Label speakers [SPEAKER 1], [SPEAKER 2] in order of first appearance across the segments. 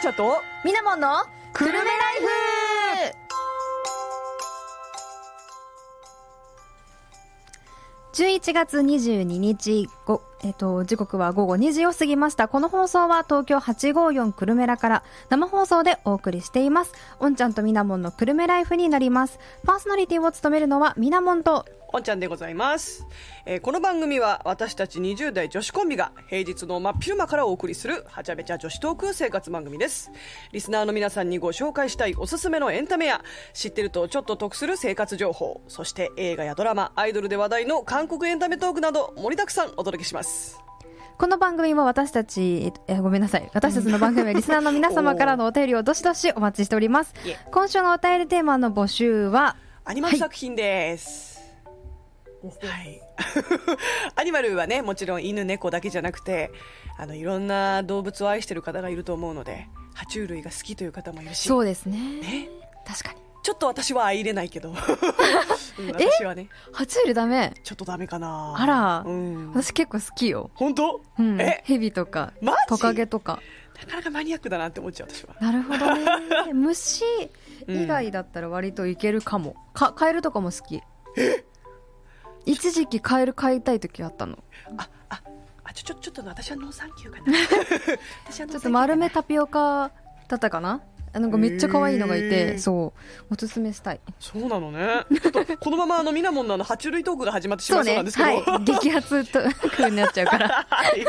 [SPEAKER 1] ちゃと
[SPEAKER 2] みなもんの
[SPEAKER 1] くるめラ
[SPEAKER 2] イフ11月22日ご、えっと、時刻は午後2時を過ぎました。この放送は東京854久留米らから生放送でお送りしています。おんちゃんとみなもんの久留米ライフになります。パーソナリティを務めるのはみなもんと
[SPEAKER 1] おんちゃんでございます、えーこの番組は私たち20代女子コンビが平日の真っ昼間からお送りするはちゃめちゃ女子トーク生活番組ですリスナーの皆さんにご紹介したいおすすめのエンタメや知ってるとちょっと得する生活情報そして映画やドラマアイドルで話題の韓国エンタメトークなど盛りだくさんお届けします
[SPEAKER 2] この番組は私たち、えごめんなさい。私たちの番組はリスナーの皆様からのお便りをどしどしお待ちしております
[SPEAKER 1] いえ。
[SPEAKER 2] 今週のお便りテーマの募集は、
[SPEAKER 1] アニマル作品です、はい、 アニマルはねもちろん犬猫だけじゃなくてあのいろんな動物を愛してる方がいると思うので爬虫類が好きという方もいるし
[SPEAKER 2] そうですね。
[SPEAKER 1] ね
[SPEAKER 2] 確かに。
[SPEAKER 1] ちょっと私は相入れないけ ど、うん私はね
[SPEAKER 2] 爬虫類ダメ。
[SPEAKER 1] ちょっとダメかな
[SPEAKER 2] あら
[SPEAKER 1] うん、
[SPEAKER 2] 私結構好きよ。
[SPEAKER 1] 本当、
[SPEAKER 2] うん。
[SPEAKER 1] え
[SPEAKER 2] 蛇とか
[SPEAKER 1] マジ、
[SPEAKER 2] トカゲとか。
[SPEAKER 1] なかなかマニアックだなって思っちゃう私は
[SPEAKER 2] なるほど ね。虫以外だったら割といけるかも。か、カエルとかも好き。一時期カエル飼いたい時あったの。
[SPEAKER 1] あああちょちょちょっと私はノーサンキューか な私はノーサンキューかな
[SPEAKER 2] ちょっと丸めタピオカだったかなあなんかめっちゃ可愛いのがいて、
[SPEAKER 1] へー
[SPEAKER 2] そうおすすめしたい
[SPEAKER 1] そうなのねちょっとこのままあのミナモンのあの爬虫類トークが始まってしま
[SPEAKER 2] そう
[SPEAKER 1] いそうな
[SPEAKER 2] ね
[SPEAKER 1] んですけど、
[SPEAKER 2] はい激アツと 風になっちゃうから
[SPEAKER 1] はい。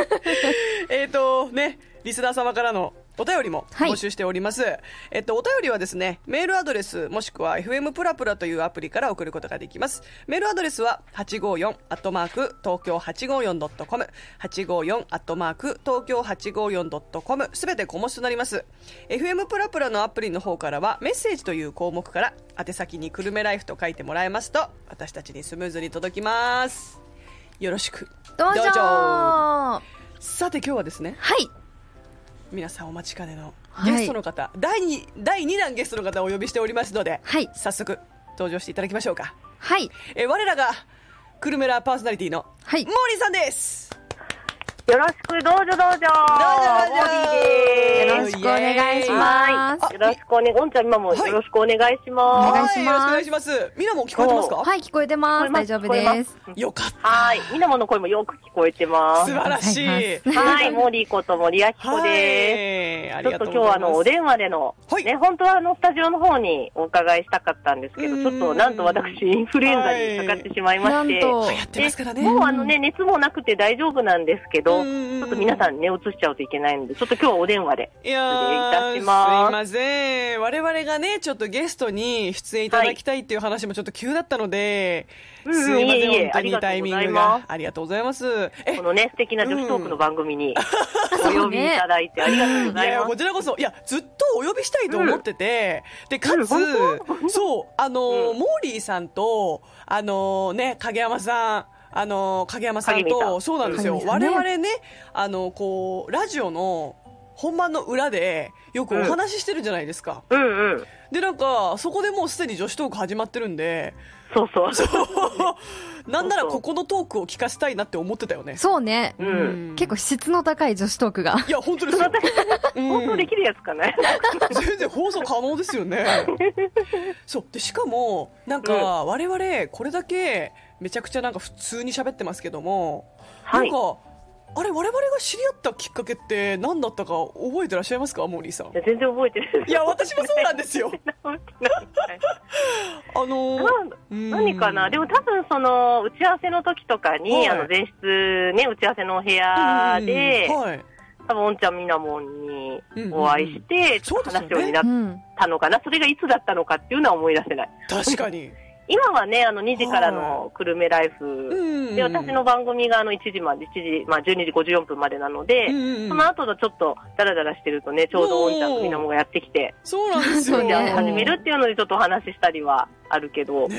[SPEAKER 1] えっとね、リスナー様からのお便りも
[SPEAKER 2] はい
[SPEAKER 1] 募集しております。えっと、お便りはですね、メールアドレス、もしくは FM プラプラというアプリから送ることができます。メールアドレスは、854アットマーク、東京 854.com、854アットマーク、東京 854.com、すべて小文字となります。FM プラプラのアプリの方からは、メッセージという項目から、宛先に久留米ライフと書いてもらえますと、私たちにスムーズに届きます。よろしく。
[SPEAKER 2] どうぞ
[SPEAKER 1] どうぞ
[SPEAKER 2] は
[SPEAKER 1] さて今日はですね
[SPEAKER 2] い
[SPEAKER 1] 皆さんお待ちかねの
[SPEAKER 2] はい
[SPEAKER 1] ゲストの方、第 2, 第2弾ゲストの方をお呼びしておりますので、
[SPEAKER 2] はい
[SPEAKER 1] 早速登場していただきましょうか
[SPEAKER 2] はい
[SPEAKER 1] え我らがクルメラパーソナリティの
[SPEAKER 2] は
[SPEAKER 1] モー
[SPEAKER 2] い
[SPEAKER 1] リーさんです
[SPEAKER 3] よろしくどうぞどうぞ。どう
[SPEAKER 1] どうぞ
[SPEAKER 3] ぞー
[SPEAKER 2] よ
[SPEAKER 1] よ
[SPEAKER 2] ろ
[SPEAKER 1] ろ
[SPEAKER 2] し
[SPEAKER 1] し
[SPEAKER 2] く
[SPEAKER 1] く
[SPEAKER 2] お
[SPEAKER 1] お
[SPEAKER 2] 願
[SPEAKER 1] 願
[SPEAKER 2] い
[SPEAKER 1] い
[SPEAKER 2] し
[SPEAKER 1] し
[SPEAKER 2] ま
[SPEAKER 3] ますよろしくお願い。おんちゃん今も
[SPEAKER 1] はい
[SPEAKER 3] よろしくお願いします。
[SPEAKER 2] お願いします
[SPEAKER 1] はよろしくお願いしますミナも聞こえてますか、
[SPEAKER 2] はい聞こえてます大丈夫です。
[SPEAKER 1] よかった
[SPEAKER 3] はい。みなもの声もよく聞こえてま
[SPEAKER 1] 素
[SPEAKER 3] す。
[SPEAKER 1] 晴らしい
[SPEAKER 2] ありがと
[SPEAKER 3] はい。モーリーこと森明子で
[SPEAKER 1] はいあり
[SPEAKER 3] す。ちょっ
[SPEAKER 1] がと
[SPEAKER 3] と
[SPEAKER 1] うございます
[SPEAKER 3] 今日はあの、お電話での
[SPEAKER 1] はい、
[SPEAKER 3] ね、本当はあの、スタジオの方にお伺いしたかったんですけ
[SPEAKER 1] う
[SPEAKER 3] ど、
[SPEAKER 1] ん
[SPEAKER 3] ちょっとなんと私、インフルエンザにかかってしまいま
[SPEAKER 2] な
[SPEAKER 3] し
[SPEAKER 2] ん
[SPEAKER 3] て、
[SPEAKER 2] と
[SPEAKER 1] やってますからね
[SPEAKER 3] もうあのね、熱もなくて大丈夫なんですけど、
[SPEAKER 1] うんうんうん
[SPEAKER 3] ちょっと皆さんね、移しちゃうといけないので、ちょっと今日はお電話で。
[SPEAKER 1] いやー
[SPEAKER 3] 失礼いたします
[SPEAKER 1] いません我々がねちょっとゲストに出演いただきたいっていう話もちょっと急だったので、
[SPEAKER 3] うんうん
[SPEAKER 1] すいません、
[SPEAKER 3] いえいえ
[SPEAKER 1] 本当にタイミングがありがとうございますえ
[SPEAKER 3] このね、素敵な女子トークの番組にお呼びいただいてありがとうご
[SPEAKER 1] い
[SPEAKER 3] ざい
[SPEAKER 1] や
[SPEAKER 3] ま
[SPEAKER 1] こ
[SPEAKER 3] す。
[SPEAKER 1] ちらこそいやずっとお呼びしたいと思ってて、でか
[SPEAKER 3] うん
[SPEAKER 1] つ、そうあのー、
[SPEAKER 3] うん
[SPEAKER 1] モーリーさんとあのーね影山さんあのー影山さん
[SPEAKER 3] 影見さ
[SPEAKER 1] と
[SPEAKER 3] ん
[SPEAKER 1] そうなんですよ、
[SPEAKER 2] 影見さん
[SPEAKER 1] 我
[SPEAKER 2] ね
[SPEAKER 1] 々ねあのこうラジオの本番の裏でよくお話ししてるじゃないですか、
[SPEAKER 3] うんうん。
[SPEAKER 1] でなんかそこでもうすでに女子トーク始まってるんで
[SPEAKER 3] そうそう。
[SPEAKER 1] なんならここのトークを聞かせたいなって思ってたよね
[SPEAKER 2] そうね
[SPEAKER 3] うん
[SPEAKER 2] 結構質の高い女子トークが
[SPEAKER 1] いや本当ですようん
[SPEAKER 3] 放送できるやつかね。
[SPEAKER 1] 全然放送可能ですよねそうでしかもなんか我々これだけめちゃくちゃなんか普通に喋ってますけども、
[SPEAKER 3] はい
[SPEAKER 1] なん。かあれ我々が知り合ったきっかけって何だったか覚えてらっしゃいますかモーリーさん
[SPEAKER 3] いや全然覚えてない。
[SPEAKER 1] いや私もそうなんですよ
[SPEAKER 3] 覚えてない。
[SPEAKER 1] あのー
[SPEAKER 3] なん
[SPEAKER 1] うん
[SPEAKER 3] 何かなでも多分その、打ち合わせの時とか
[SPEAKER 1] はい
[SPEAKER 3] に、あの、前室ね、打ち合わせのお部屋で
[SPEAKER 1] うん、はい
[SPEAKER 3] 多分、おんちゃんみなもんにお会いして、ちょっと話をになっ
[SPEAKER 2] うん
[SPEAKER 3] たのかな。それがいつだったのかっていうのは思い出せない。
[SPEAKER 1] 確かに
[SPEAKER 3] 今はね、あの、2時からの久留米ライフ
[SPEAKER 1] うん
[SPEAKER 3] で、私の番組があの1時まで、1時、まあ12時54分までなので、
[SPEAKER 1] うんうんうん
[SPEAKER 3] その後のちょっとダラダラしてるとね、ちょうどおんちゃんとみなもがやってきて、
[SPEAKER 1] そうなんですよ。
[SPEAKER 2] そう
[SPEAKER 3] じゃあ
[SPEAKER 2] ね
[SPEAKER 3] 始めるっていうのでちょっとお話ししたりはあるけど、ね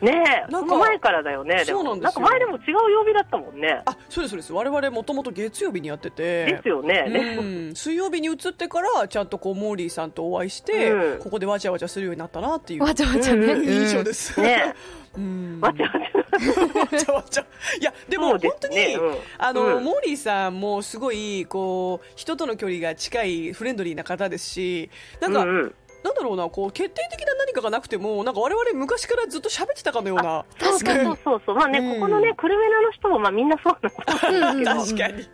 [SPEAKER 1] ねえ
[SPEAKER 3] え、
[SPEAKER 1] なんか
[SPEAKER 3] その前からだよね、で
[SPEAKER 1] そ
[SPEAKER 3] も
[SPEAKER 1] うなん
[SPEAKER 3] な
[SPEAKER 1] で
[SPEAKER 3] ん
[SPEAKER 1] す
[SPEAKER 3] か
[SPEAKER 1] よ
[SPEAKER 3] 前でも違う曜日だったもんね。
[SPEAKER 1] あそうですそうです我々もともと月曜日にやってて
[SPEAKER 3] ですよね。ね
[SPEAKER 1] うん、水曜日に移ってからちゃんとこうモーリーさんとお会いして、
[SPEAKER 3] うん
[SPEAKER 1] ここでわちゃわちゃするようになったなっていう
[SPEAKER 2] わちゃわちゃね。
[SPEAKER 1] うん印象です、
[SPEAKER 3] ね
[SPEAKER 1] うん、
[SPEAKER 3] わちゃわち
[SPEAKER 1] わちゃわちゃいやで
[SPEAKER 3] ゃ。
[SPEAKER 1] も
[SPEAKER 3] そうで
[SPEAKER 1] 本当
[SPEAKER 3] す
[SPEAKER 1] に、
[SPEAKER 3] ねうん
[SPEAKER 1] あの、
[SPEAKER 3] うん
[SPEAKER 1] モーリーさんもすごいこう人との距離が近いフレンドリーな方ですしなんか、
[SPEAKER 3] うんうん
[SPEAKER 1] なんだろうなこう決定的な何かがなくてもなんか我々昔からずっと喋ってたかのような
[SPEAKER 2] 確かに
[SPEAKER 3] そう。そうそう。まあね、
[SPEAKER 1] うん
[SPEAKER 3] ここのね、クルメナの人も、まあみんなそうなんだ。
[SPEAKER 2] うんうんうん
[SPEAKER 1] 確かに
[SPEAKER 3] ね、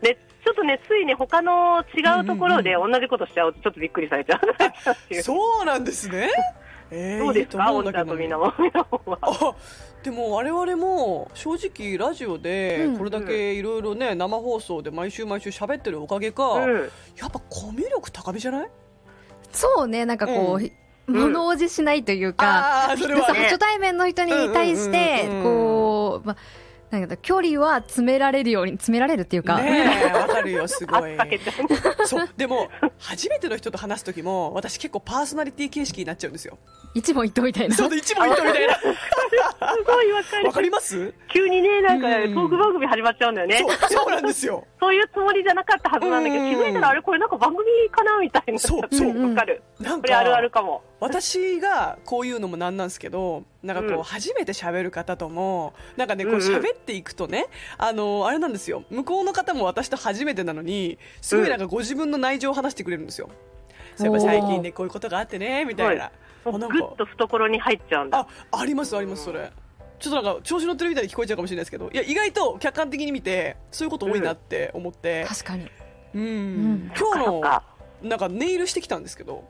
[SPEAKER 3] ちょっとね、ついね、他の違うところで同じことしちゃうと、ちょっとびっくりされちゃうってい う。
[SPEAKER 1] そうなんですね、えー
[SPEAKER 3] どうです
[SPEAKER 1] いい
[SPEAKER 3] か、
[SPEAKER 1] 思
[SPEAKER 3] お
[SPEAKER 1] うんだ
[SPEAKER 3] んちゃ
[SPEAKER 1] け
[SPEAKER 3] ん
[SPEAKER 1] ど
[SPEAKER 3] とみなも、みなもんは。
[SPEAKER 1] あでも我々も正直ラジオで
[SPEAKER 2] うん
[SPEAKER 1] これだけいろいろね生放送で毎週毎週喋ってるおかげか、
[SPEAKER 3] うん。
[SPEAKER 1] やっぱコミュ力高めじゃない
[SPEAKER 2] そうね、なんかこう、
[SPEAKER 3] ん
[SPEAKER 2] 物おじしないという
[SPEAKER 1] あ
[SPEAKER 2] か、
[SPEAKER 1] ーそれ
[SPEAKER 2] そう
[SPEAKER 1] は
[SPEAKER 3] ね
[SPEAKER 2] 初対面の人に対して
[SPEAKER 1] うんうんうんうん、
[SPEAKER 2] こう、まあ、なんか距離は詰められるように、詰められるっていうか、
[SPEAKER 1] ねえわかるよすごい
[SPEAKER 3] かけちゃう。
[SPEAKER 1] そうでも初めての人と話す時も私結構パーソナリティ形式になっちゃうん ですよ
[SPEAKER 2] 一問一答みたいな。
[SPEAKER 1] そうで一問一答みたいな
[SPEAKER 3] すごいわかる
[SPEAKER 1] わか。ります
[SPEAKER 3] 急にね、なんかね、
[SPEAKER 1] うん
[SPEAKER 3] トーク番組始まっちゃうんだよね
[SPEAKER 1] そ。うそうなんですよ
[SPEAKER 3] そういうつもりじゃなかったはずなんだけど、
[SPEAKER 1] うん
[SPEAKER 3] 気づいたら、あれ、これなんか番組かなみたいな。
[SPEAKER 1] そうそう
[SPEAKER 3] わかる。
[SPEAKER 1] なん
[SPEAKER 3] これあるある
[SPEAKER 1] か
[SPEAKER 3] かも。
[SPEAKER 1] 私がこういうのもなんなんですけどなんかこ
[SPEAKER 3] う
[SPEAKER 1] うん初めて喋る方ともなんかねこう
[SPEAKER 3] うんうん
[SPEAKER 1] 喋っていくとねあのあれなんですよ向こうの方も私と初めてなのにすごいなんかご自分の内情を話してくれるんですよそういえば最近ねこういうことがあってねみたいな
[SPEAKER 3] ぐ
[SPEAKER 1] あなん
[SPEAKER 3] っ
[SPEAKER 1] か
[SPEAKER 3] と懐に入っちゃうんだ。
[SPEAKER 1] あありますありますそれちょっとなんか調子乗ってるみたいに聞こえちゃうかもしれないですけどいや意外と客観的に見てそういうこと多いなって思って
[SPEAKER 2] 確かに。
[SPEAKER 1] うん、
[SPEAKER 2] ん
[SPEAKER 1] 今日
[SPEAKER 3] そっ
[SPEAKER 1] の
[SPEAKER 3] か。
[SPEAKER 1] なんかネイルしてきたんですけど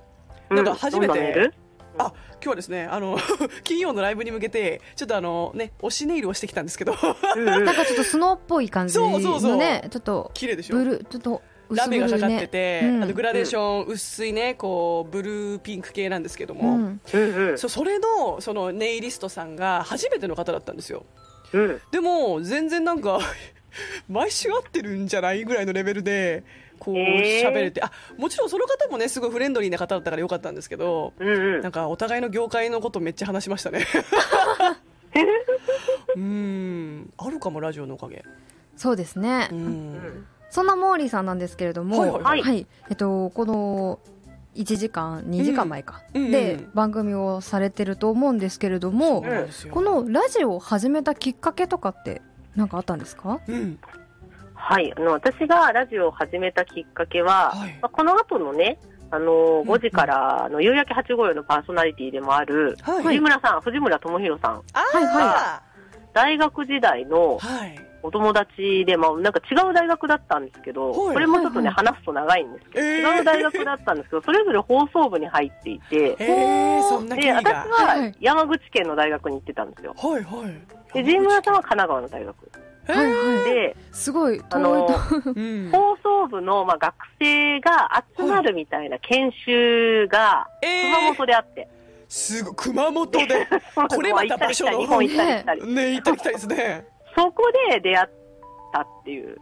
[SPEAKER 3] う
[SPEAKER 1] なんか初めて
[SPEAKER 3] どんなメール
[SPEAKER 1] あ今日はですねあの 金曜のライブに向けてちょっとあのね推しネイルをしてきたんですけど
[SPEAKER 3] うんうん
[SPEAKER 2] なんかちょっとスノーっぽい感じ
[SPEAKER 1] そうそうそう
[SPEAKER 2] のね、ちょっと、
[SPEAKER 1] 綺麗でしょ
[SPEAKER 2] ブルー、ちょっと、
[SPEAKER 1] ラ
[SPEAKER 2] 薄ブ
[SPEAKER 1] メが
[SPEAKER 2] ル
[SPEAKER 1] か
[SPEAKER 2] ー
[SPEAKER 1] かって
[SPEAKER 2] ね。
[SPEAKER 1] て、
[SPEAKER 2] うん
[SPEAKER 1] あのグラデーション薄いねこうブルーピンク系なんですけど
[SPEAKER 2] う
[SPEAKER 1] も、
[SPEAKER 2] ん。
[SPEAKER 3] うんうん
[SPEAKER 1] そそれのそのネイリストさんが初めての方だったんですよ
[SPEAKER 3] うん
[SPEAKER 1] でも全然なんか 毎週会ってるんじゃないぐらいのレベルでこう
[SPEAKER 3] えー
[SPEAKER 1] 喋れて、あもちろんその方もねすごいフレンドリーな方だったからよかったんですけど
[SPEAKER 3] うんう ん
[SPEAKER 1] なんかお互いの業界のことめっちゃ話しました ねうんあるかもラジオのおかげ
[SPEAKER 2] そうですね
[SPEAKER 1] う。ん
[SPEAKER 2] そんなモーリーさんなんですけれども、
[SPEAKER 1] はいはい
[SPEAKER 3] はい
[SPEAKER 2] えっと、この1時間、2時間前か、
[SPEAKER 1] うんう
[SPEAKER 2] で
[SPEAKER 1] んうん
[SPEAKER 2] 番組をされてると思うんですけれども、
[SPEAKER 1] そうなんですよ
[SPEAKER 2] このラジオを始めたきっかけとかって、なんかあったんですか
[SPEAKER 1] うん
[SPEAKER 3] はい、あの私がラジオを始めたきっかけは、
[SPEAKER 1] はい
[SPEAKER 3] まあこの後のね、あの
[SPEAKER 1] ん
[SPEAKER 3] 5時からあの夕焼け8号用のパーソナリティでもある、
[SPEAKER 1] はい
[SPEAKER 3] 藤村さん、藤村智弘さん、
[SPEAKER 1] あ
[SPEAKER 2] はい
[SPEAKER 1] は
[SPEAKER 2] は
[SPEAKER 3] 大学時代の
[SPEAKER 1] はい
[SPEAKER 3] お友達で、まあ、なんか違う大学だったんですけど、
[SPEAKER 1] はい
[SPEAKER 3] これもちょっとね、
[SPEAKER 2] はい
[SPEAKER 3] 話すと長いんですけど、
[SPEAKER 1] えー
[SPEAKER 3] 違う大学だったんですけど、それぞれ放送部に入っていて、
[SPEAKER 1] えー、そんな経
[SPEAKER 3] で
[SPEAKER 1] 緯
[SPEAKER 3] 私
[SPEAKER 1] が
[SPEAKER 2] はいは
[SPEAKER 3] はい山口県の大学に行ってたんですよ。
[SPEAKER 1] はいはい
[SPEAKER 3] で、神村さんは神奈川の大学。
[SPEAKER 1] え
[SPEAKER 2] はい
[SPEAKER 1] ー
[SPEAKER 2] はい。
[SPEAKER 3] で、
[SPEAKER 2] すごい遠い
[SPEAKER 3] あの
[SPEAKER 2] と。、
[SPEAKER 1] うん
[SPEAKER 3] 放送部の、まあ、学生が集まるみたいな研修が、
[SPEAKER 1] え
[SPEAKER 3] 熊
[SPEAKER 1] ー
[SPEAKER 3] 本であって。
[SPEAKER 1] すごい熊本でこれまた場所の
[SPEAKER 3] 日本行ったり来たり。
[SPEAKER 1] ね行ったり来たりですね
[SPEAKER 3] そこで出会ったっていう。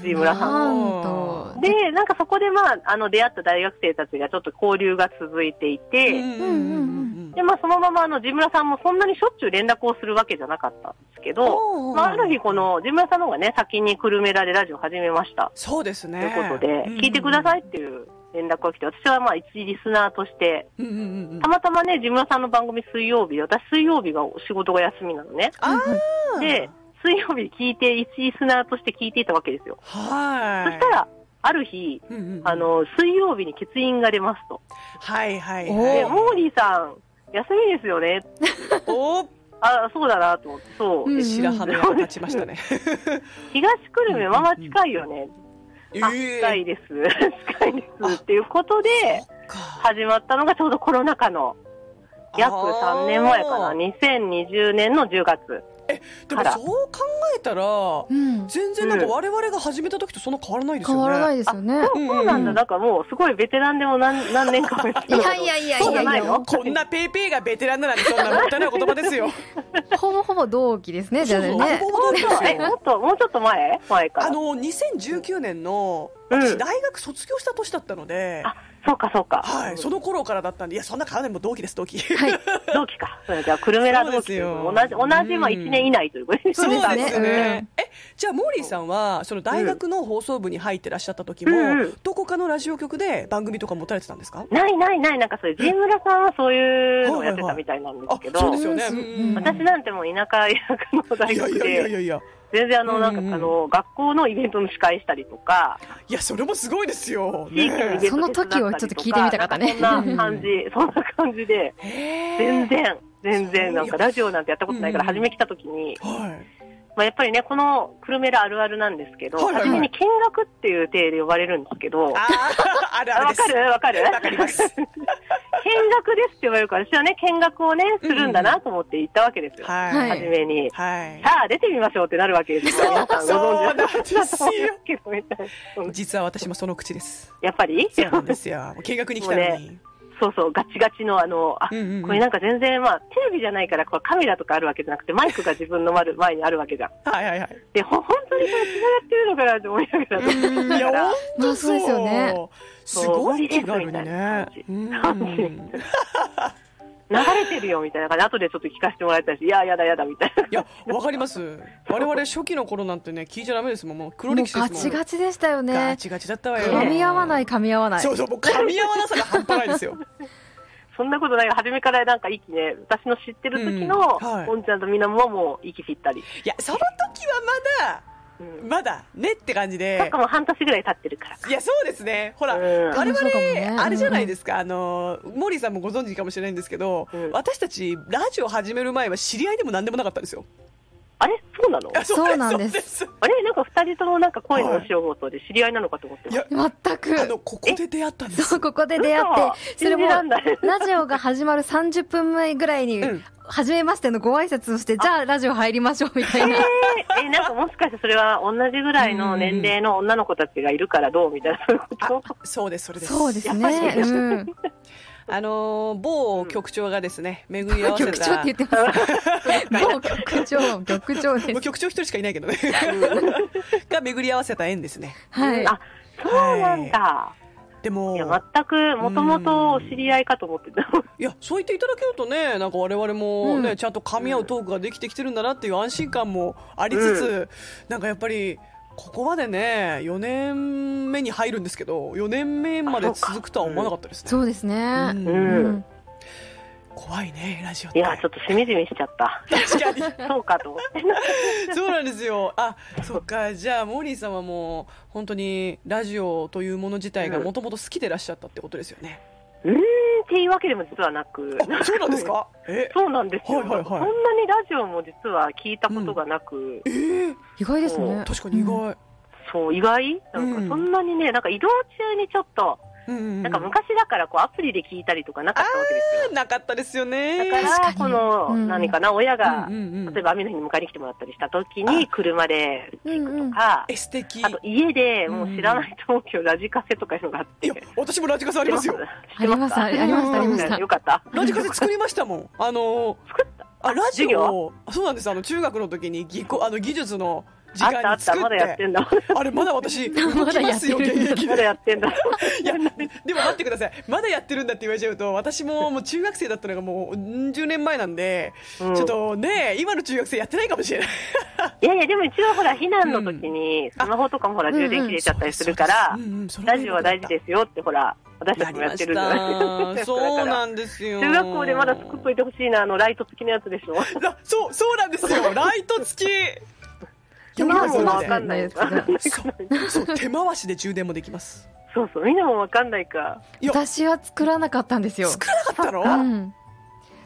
[SPEAKER 3] 藤村さ
[SPEAKER 2] んと
[SPEAKER 3] で、なんかそこでまあ、あの、出会った大学生たちがちょっと交流が続いてい
[SPEAKER 1] うん
[SPEAKER 3] て、
[SPEAKER 1] うんうんうん
[SPEAKER 3] で、まあそのままあの、ジムラさんもそんなにしょっちゅう連絡をするわけじゃなかったんですけど、
[SPEAKER 1] おー
[SPEAKER 3] まあある日この、ジムラさんの方がね、先にクルメラでラジオ始めました。
[SPEAKER 1] そうです
[SPEAKER 3] とい
[SPEAKER 1] ね
[SPEAKER 3] うことで、聞いてくださいっていう連絡が来て、私はまあ一リスナーとして、
[SPEAKER 1] うんうんうんうん
[SPEAKER 3] たまたまね、ジムラさんの番組水曜日で、私水曜日が仕事が休みなのね。
[SPEAKER 1] あー
[SPEAKER 3] で、水曜日聞いて、一リスナーとして聞いていたわけですよ。
[SPEAKER 1] はい
[SPEAKER 3] そしたら、ある日、
[SPEAKER 1] うんうんうん
[SPEAKER 3] あの、水曜日に欠員が出ますと。
[SPEAKER 1] はいはい
[SPEAKER 2] お
[SPEAKER 3] で、
[SPEAKER 1] は
[SPEAKER 3] モーリーさん、休みですよね。
[SPEAKER 1] いおお
[SPEAKER 3] あ、そうだなと思って、そう。
[SPEAKER 2] うん
[SPEAKER 1] 白羽の矢が立ちましたね
[SPEAKER 3] 東久留米、まあまあ近いよね。
[SPEAKER 1] え
[SPEAKER 3] あ、近いです。近いです。っていうことで、
[SPEAKER 1] そっか
[SPEAKER 3] 始まったのがちょうどコロナ禍の約3年前かな。
[SPEAKER 1] あー
[SPEAKER 3] 2020年の10月。
[SPEAKER 1] でも
[SPEAKER 3] から
[SPEAKER 1] そう考えたら
[SPEAKER 2] うん。
[SPEAKER 1] 全然なんか我々が始めた時とそんな変わらないですよ
[SPEAKER 2] 変
[SPEAKER 1] ね
[SPEAKER 2] わらない
[SPEAKER 1] い
[SPEAKER 2] ですよね。
[SPEAKER 3] そうそうなんだ、なんかもう、すごいベテランでも何 何年かもして
[SPEAKER 2] いやいやいやい
[SPEAKER 3] そうじ
[SPEAKER 2] や
[SPEAKER 3] ゃ
[SPEAKER 2] い
[SPEAKER 3] ない
[SPEAKER 2] や
[SPEAKER 3] の、
[SPEAKER 1] こんなペーペーがベテランならそんなもったいない言葉ですよ
[SPEAKER 2] ほぼほぼ同期ですね、じゃあ
[SPEAKER 1] そうそう
[SPEAKER 2] ね
[SPEAKER 1] ほ。ぼほぼです
[SPEAKER 3] え、も
[SPEAKER 1] よ
[SPEAKER 3] っと、もうちょっと前前から。
[SPEAKER 1] あの2019年の
[SPEAKER 3] うん
[SPEAKER 1] 私大学卒業した年だったので、
[SPEAKER 3] あ、そうかそうか。
[SPEAKER 1] はい、その頃からだったんでいやそんな変わらないもう同期です同期
[SPEAKER 2] はい。
[SPEAKER 3] 同期か。そうやじゃあ、クルメラ同期ということで同じ、同じ、まあ、
[SPEAKER 1] うん
[SPEAKER 3] 1年以内ということです
[SPEAKER 1] そう
[SPEAKER 3] ね。
[SPEAKER 1] ですす
[SPEAKER 2] ね
[SPEAKER 1] ね、えじゃあモーリーさんはその大学の放送部に入ってらっしゃった時も、
[SPEAKER 3] うんうん
[SPEAKER 1] どこかのラジオ局で番組とか持たれてたんですか、
[SPEAKER 3] ないないない、なんかそういう、ジムラさんはそういうのをやってたみたいなんで
[SPEAKER 1] あ
[SPEAKER 3] すけど、
[SPEAKER 1] そうですよね、
[SPEAKER 2] うん
[SPEAKER 1] うん
[SPEAKER 3] 私なんてもう田舎役の大
[SPEAKER 1] いや
[SPEAKER 3] 学
[SPEAKER 1] いやいやい
[SPEAKER 3] で、
[SPEAKER 1] やいや
[SPEAKER 3] 全然あ
[SPEAKER 1] う
[SPEAKER 3] の、
[SPEAKER 1] んうん
[SPEAKER 3] なんかあの、学校のイベントの司会したりとか、
[SPEAKER 1] いやそれもすごいですよ、
[SPEAKER 3] 地域のイ
[SPEAKER 1] ね、
[SPEAKER 3] ベント
[SPEAKER 2] その時をちょっと聞いてみたかったね
[SPEAKER 3] なんかそんな感じ、そんな感じで、全然、全
[SPEAKER 1] そう
[SPEAKER 3] 然、なんかラジオなんてやったことないから、
[SPEAKER 1] うんうん
[SPEAKER 3] 初め来た時に、
[SPEAKER 1] はい
[SPEAKER 3] まあ、やっぱりね、このクルメラあるあるなんですけど、
[SPEAKER 1] はいはい
[SPEAKER 2] はい
[SPEAKER 3] 初めに見学っていう体で呼ばれるんですけど、
[SPEAKER 1] あーあるあ
[SPEAKER 3] あ
[SPEAKER 1] る
[SPEAKER 3] わ
[SPEAKER 1] です
[SPEAKER 3] かるわかる
[SPEAKER 1] わかります
[SPEAKER 3] 見学ですって言われるから、私はね、見学をね、するんだなと思って行ったわけですよ。
[SPEAKER 1] は
[SPEAKER 2] はい
[SPEAKER 1] い
[SPEAKER 3] 初めに。
[SPEAKER 1] はい
[SPEAKER 3] さあ、出てみましょうってなるわけですよ。皆さんご存知だと思うんですけど、みたいなうん
[SPEAKER 1] 実は私もその口です
[SPEAKER 3] やっぱり
[SPEAKER 1] そうなんですよ見学に来たのに、
[SPEAKER 3] そうそう、ガチガチの、あの、あ、
[SPEAKER 1] うんうんうん
[SPEAKER 3] これなんか全然、まあ、テレビじゃないから、こうカメラとかあるわけじゃなくて、マイクが自分の前前にあるわけじゃん。
[SPEAKER 1] はいはいはい
[SPEAKER 3] で、ほ本当にそれ繋がってるのかなって思いながら、
[SPEAKER 1] いや、本
[SPEAKER 2] ま
[SPEAKER 1] 当
[SPEAKER 2] あそうですよね。
[SPEAKER 1] すごい気軽にね。うん
[SPEAKER 3] 流れてるよみたいな感じで、後でちょっと聞かせてもらいたいし、いや、やだやだみたいな。
[SPEAKER 1] いや、わかります。我々初期の頃なんてね、聞いちゃダメですもん。もう黒
[SPEAKER 2] もう
[SPEAKER 1] 歴史です
[SPEAKER 2] ガ
[SPEAKER 1] もん。
[SPEAKER 2] チガチでしたよ
[SPEAKER 1] ガ
[SPEAKER 2] ね。
[SPEAKER 1] チガチだったわよ。
[SPEAKER 2] 噛み合わない、噛み合わない。
[SPEAKER 1] そうそう、もう噛み合わなさが半端ないですよ。
[SPEAKER 3] そんなことないよ初めからなんか息ね、私の知ってる時
[SPEAKER 1] うん
[SPEAKER 3] の、
[SPEAKER 1] はい
[SPEAKER 3] おんちゃんとみなももう息ぴったり。
[SPEAKER 1] いや、その時は
[SPEAKER 3] うん
[SPEAKER 1] まだ、まだ、ねって感じ
[SPEAKER 3] なん
[SPEAKER 1] で
[SPEAKER 3] か。もう半年ぐらい経ってるからか。
[SPEAKER 1] いや、そうですね。ほら、
[SPEAKER 3] うん
[SPEAKER 1] 我々
[SPEAKER 2] そうかもね
[SPEAKER 1] あれじゃないですか、あの、モーリーさんもご存知かもしれないんですけど、
[SPEAKER 3] うん
[SPEAKER 1] 私たち、ラジオ始める前は知り合いでも何でもなかったんですよ。
[SPEAKER 3] あれそうなの
[SPEAKER 1] あ
[SPEAKER 2] そうなんです
[SPEAKER 1] そうです。
[SPEAKER 3] あれなんか二人ともなんか声のお仕事で知り合いなのかと思ってま
[SPEAKER 1] い
[SPEAKER 3] す
[SPEAKER 1] や。
[SPEAKER 2] 全
[SPEAKER 1] あ
[SPEAKER 2] く。
[SPEAKER 1] の、ここで出会ったんですよ
[SPEAKER 2] そう、ここで出会って、それ
[SPEAKER 3] 信じ
[SPEAKER 2] も、
[SPEAKER 3] らん
[SPEAKER 2] ラ
[SPEAKER 3] ない
[SPEAKER 2] ジオが始まる30分前ぐらいに
[SPEAKER 1] うん、
[SPEAKER 2] 初めましてのご挨拶をして、じゃあラジオ入りましょうみたいな。
[SPEAKER 3] えーなんかもしかしてそれは同じぐらいの年齢の女の子たちがいるからどうみたいな、そういうこ
[SPEAKER 1] あそうです、それです。
[SPEAKER 2] そうです
[SPEAKER 3] やっぱ
[SPEAKER 2] ね。
[SPEAKER 3] り
[SPEAKER 2] うん。
[SPEAKER 1] あのー某局長がですね、巡り合わせた。
[SPEAKER 2] 局長って言ってます。もう局長、局長で
[SPEAKER 1] もう
[SPEAKER 2] す。
[SPEAKER 1] 局長一人しかいないけどね。 が巡り合わせた縁ですね。
[SPEAKER 2] はい。
[SPEAKER 3] あそうなんだ。
[SPEAKER 1] で
[SPEAKER 3] い、
[SPEAKER 1] も、い
[SPEAKER 3] や、全く、もともとお知り合いかと思ってた。
[SPEAKER 1] や、そう言っていただけるとね、なんか我々もね、
[SPEAKER 2] うん
[SPEAKER 1] ちゃんと噛み合うトークができてきてるんだなっていう安心感もありつつ、なんかやっぱり、ここまでね、4年目に入るんですけど、4年目まで続くとは思わなかったですね。
[SPEAKER 2] そうですね。
[SPEAKER 1] うん
[SPEAKER 3] うん
[SPEAKER 1] 怖いね、ラジオっ
[SPEAKER 3] い
[SPEAKER 1] て。
[SPEAKER 3] や、ちょっとしみじみしちゃ った。
[SPEAKER 1] 確かに。
[SPEAKER 3] そうかと思って。
[SPEAKER 1] そうなんですよ。あ、そっか。じゃあ、モーリーさんはもう、本当に、ラジオというもの自体が
[SPEAKER 3] うん
[SPEAKER 1] もともと好きでいらっしゃったってことですよね。
[SPEAKER 3] うーんっていうわけでも実はな く。
[SPEAKER 1] あそうなんですかえ、
[SPEAKER 3] そうなんですよ、
[SPEAKER 1] はいはいはい
[SPEAKER 3] そんなにラジオも実は聞いたことがなく、
[SPEAKER 1] えー、
[SPEAKER 2] 意外ですね。
[SPEAKER 1] 確かに意外。
[SPEAKER 3] そう、意外なん
[SPEAKER 1] うん
[SPEAKER 3] かそんなにね、なんか移動中にちょっと、
[SPEAKER 1] うんうんうん
[SPEAKER 3] なんか昔だからこうアプリで聞いたりとかなかったわけです
[SPEAKER 1] なかったですよね。
[SPEAKER 3] よ。だから、
[SPEAKER 2] 確か
[SPEAKER 3] こ
[SPEAKER 2] に
[SPEAKER 3] の、
[SPEAKER 2] うん
[SPEAKER 3] 何かな、親が、
[SPEAKER 1] うんうんうん
[SPEAKER 3] 例えば雨の日に迎えに来てもらったりした時に、車で行くとか、
[SPEAKER 1] え、素敵。
[SPEAKER 3] あと家でもう知らないと思うけど、ラジカセとかいうのがあっ
[SPEAKER 1] い
[SPEAKER 3] て。
[SPEAKER 1] や、私もラジカセありますよ。
[SPEAKER 2] ありました、ありました、ありました。
[SPEAKER 3] よかった。
[SPEAKER 1] ラジカセ作りましたもん。あのー、
[SPEAKER 3] 作った
[SPEAKER 1] あ、ラジ
[SPEAKER 3] 授
[SPEAKER 1] オ
[SPEAKER 3] 業
[SPEAKER 1] をあそうなんです。あの、中学の時に技工、あの、技術の時
[SPEAKER 3] あったあ
[SPEAKER 1] 間
[SPEAKER 3] っ
[SPEAKER 1] に
[SPEAKER 3] た、
[SPEAKER 1] 作
[SPEAKER 3] まだや
[SPEAKER 1] っ
[SPEAKER 3] って
[SPEAKER 1] て。
[SPEAKER 3] んだ。
[SPEAKER 1] あれ、まだ私、動
[SPEAKER 2] ま
[SPEAKER 1] き
[SPEAKER 2] だ
[SPEAKER 1] ま
[SPEAKER 2] やっ
[SPEAKER 1] す
[SPEAKER 2] てる
[SPEAKER 1] よ、現役
[SPEAKER 3] ま
[SPEAKER 1] で
[SPEAKER 3] だ。やってんだ。
[SPEAKER 1] い や、で も待ってください。まだやってるんだって言われちゃうと、私ももう中学生だったのがもううん10年前なんで、
[SPEAKER 3] うん
[SPEAKER 1] ちょっとね、今の中学生やってないかもしれない。
[SPEAKER 3] いやいや、でも一応ほら、避難の時に、スマホとかもほら、充電切れちゃったりするから、ラジオは大事ですよってほら、私
[SPEAKER 1] や
[SPEAKER 3] たち
[SPEAKER 1] り
[SPEAKER 3] もや
[SPEAKER 1] ま
[SPEAKER 3] って
[SPEAKER 1] し
[SPEAKER 3] るじゃないで
[SPEAKER 1] た。
[SPEAKER 3] すか。だ
[SPEAKER 1] そう
[SPEAKER 3] から
[SPEAKER 1] なんですよ。
[SPEAKER 3] 中学校でまだ作っといてほしいな、あの、ライト付きのやつでしょ。
[SPEAKER 1] あそう、そうなんですよ。ライト付き。
[SPEAKER 2] 手
[SPEAKER 3] みんな
[SPEAKER 2] 回し
[SPEAKER 3] もわ
[SPEAKER 2] の
[SPEAKER 3] かんないやつだ。
[SPEAKER 1] そう、そう手回しで充電もできます。
[SPEAKER 3] そうそう、みんなもわかんないか。
[SPEAKER 1] いや、
[SPEAKER 2] 私は作らなかったんですよ。
[SPEAKER 1] 作らなかったの
[SPEAKER 2] うん。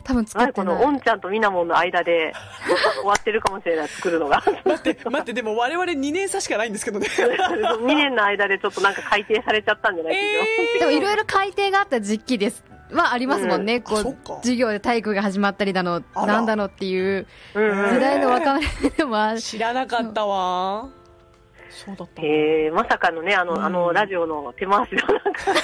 [SPEAKER 2] 多分作
[SPEAKER 3] あ
[SPEAKER 2] っ
[SPEAKER 3] れ
[SPEAKER 2] て
[SPEAKER 3] こ
[SPEAKER 2] な
[SPEAKER 3] の、
[SPEAKER 2] い。
[SPEAKER 3] おんちゃんとみなもんの間で、終わってるかもしれない、作るのが。
[SPEAKER 1] 待って、待って、でも我々2年差しかないんですけどね。
[SPEAKER 3] 2年の間でちょっとなんか改定されちゃったんじゃない
[SPEAKER 1] え
[SPEAKER 2] でもいろいろ改定があった実機です。はありますもんね。こ
[SPEAKER 1] あそう
[SPEAKER 2] う
[SPEAKER 1] か、
[SPEAKER 2] 授業で体育が始まったりだの、
[SPEAKER 1] あら
[SPEAKER 2] なんだのっていう、
[SPEAKER 3] うんうん
[SPEAKER 2] 時代の若者でもある
[SPEAKER 1] ー、知らなかったわ。そうだった。
[SPEAKER 3] えー、まさかのね、あの、
[SPEAKER 1] うん
[SPEAKER 3] あの、ラジオの手回しの、なんか、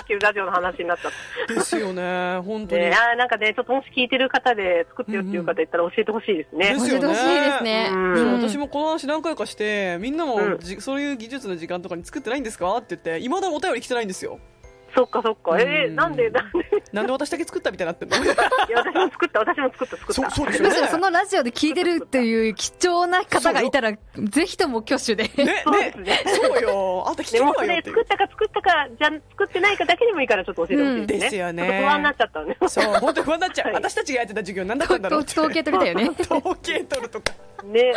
[SPEAKER 3] できるラジオの話になっちゃっ
[SPEAKER 1] ですよね、本
[SPEAKER 3] て。
[SPEAKER 1] 当に。
[SPEAKER 3] ね、あーなんかね、ちょっともし聞いてる方で作ってよっていう方いたら教えてほしいですね
[SPEAKER 1] で。
[SPEAKER 2] 教
[SPEAKER 1] す
[SPEAKER 2] え
[SPEAKER 1] よね
[SPEAKER 2] てほしいですね。
[SPEAKER 3] うん
[SPEAKER 1] そうう私もこの話何回かしてみんな
[SPEAKER 3] う
[SPEAKER 1] も
[SPEAKER 3] ん
[SPEAKER 1] じ、そういう技術の時間とかに作ってないんですかって言っていまだお便り来てないんですよ
[SPEAKER 3] そっかそっか。え
[SPEAKER 1] うん
[SPEAKER 3] ー、なんで、なんで、
[SPEAKER 1] なんで私だけ作ったみたいになってん の
[SPEAKER 3] いや私も作った、私も作った、作った。
[SPEAKER 1] うで
[SPEAKER 2] むしろそのラジオで聞いてるっていう貴重な方がいたら、ぜひとも挙手で。
[SPEAKER 1] ね
[SPEAKER 3] そう
[SPEAKER 1] ね
[SPEAKER 3] ですね。
[SPEAKER 1] そうよあんた聞け
[SPEAKER 3] で
[SPEAKER 1] る
[SPEAKER 3] も
[SPEAKER 1] わよ
[SPEAKER 3] ね
[SPEAKER 1] っ、てい
[SPEAKER 3] 作っ
[SPEAKER 1] う
[SPEAKER 3] たか作ったか、じゃん、作ってないかだけでもいいからちょっと教えてほしいですね。
[SPEAKER 1] うんですよね
[SPEAKER 3] ちょっと不安になっちゃった のね。
[SPEAKER 1] そう本当に不安になっちゃう、
[SPEAKER 3] はい
[SPEAKER 1] 私たちがやってた授業何だったんだろ うって
[SPEAKER 2] 統計取りだよね。
[SPEAKER 1] 統計取るとか
[SPEAKER 3] ね。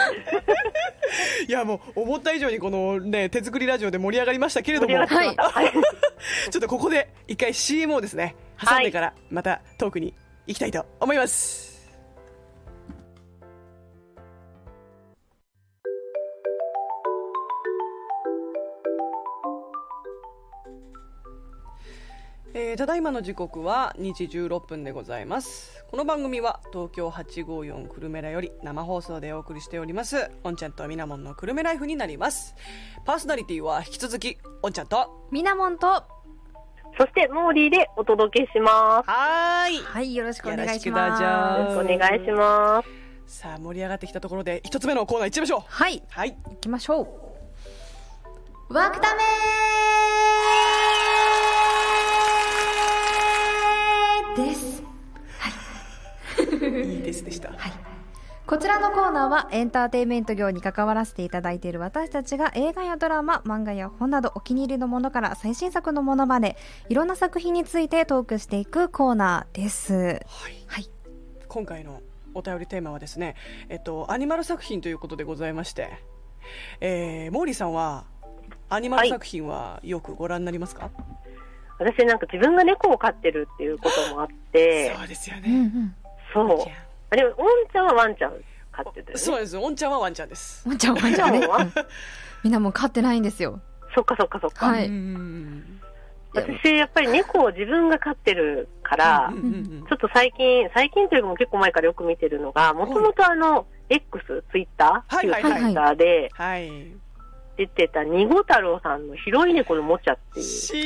[SPEAKER 1] いやもう思った以上にこのね手作りラジオで盛り上がりましたけれど
[SPEAKER 3] 盛
[SPEAKER 1] も
[SPEAKER 3] り上がってしまった。はい。
[SPEAKER 1] ちょっとここで一回 CM をですね挟んでからまたトークに行きたいと思います、えーただいまの時刻は2時16分でございますこの番組は東京854久留米らより生放送でお送りしておりますおんちゃんとみなもんの久留米ライフになりますパーソナリティは引き続きおんちゃんと
[SPEAKER 2] みなもんと、
[SPEAKER 3] そして、モーリーでお届けします。
[SPEAKER 1] はーい
[SPEAKER 2] はい、よろしくお
[SPEAKER 1] よろ
[SPEAKER 2] 願い
[SPEAKER 1] し
[SPEAKER 2] し
[SPEAKER 1] くだじ
[SPEAKER 2] ま
[SPEAKER 1] ゃ
[SPEAKER 2] す。
[SPEAKER 1] ーん
[SPEAKER 3] お願いします。
[SPEAKER 1] さあ盛り上がってきたところで一つ目のコーナーいっちゃいましょう
[SPEAKER 2] はい、
[SPEAKER 1] はい
[SPEAKER 2] 行きましょう。ワークタメです。
[SPEAKER 1] いいですでした
[SPEAKER 2] はい。こちらのコーナーはエンターテインメント業に関わらせていただいている私たちが映画やドラマ、漫画や本などお気に入りのものから最新作のものまでいろんな作品についてトークしていくコーナーです。
[SPEAKER 1] はい
[SPEAKER 2] はい。
[SPEAKER 1] 今回のお便りテーマはですねえっとアニマル作品ということでございましてえー、モーリーさんはアニマル作品はよくご覧になりますか、
[SPEAKER 3] 私なんか自分が猫を飼ってるっていうこともあって、
[SPEAKER 1] そうですよ
[SPEAKER 2] うんう
[SPEAKER 1] ね、
[SPEAKER 2] ん。
[SPEAKER 3] そう
[SPEAKER 1] じ。ゃあ
[SPEAKER 3] あでも、おんちゃんはワンちゃん飼ってたよね。
[SPEAKER 1] そうですおんちゃんはワンちゃんです
[SPEAKER 2] ワンちゃんワンちゃんね。うんみんなもう飼ってないんですよ。
[SPEAKER 3] そっかそっかそっか。
[SPEAKER 2] はい
[SPEAKER 1] うん
[SPEAKER 3] 私、やっぱり猫を自分が飼ってるから、
[SPEAKER 1] うんうんうん
[SPEAKER 3] ちょっと最近、最近というかもう結構前からよく見てるのが、もともとあの、X、ツイッター、
[SPEAKER 1] はいはい
[SPEAKER 2] はい
[SPEAKER 3] ツイッターで
[SPEAKER 1] はい
[SPEAKER 3] 出てた、にご太郎さんの広い猫のもちゃっていう。
[SPEAKER 1] 知っ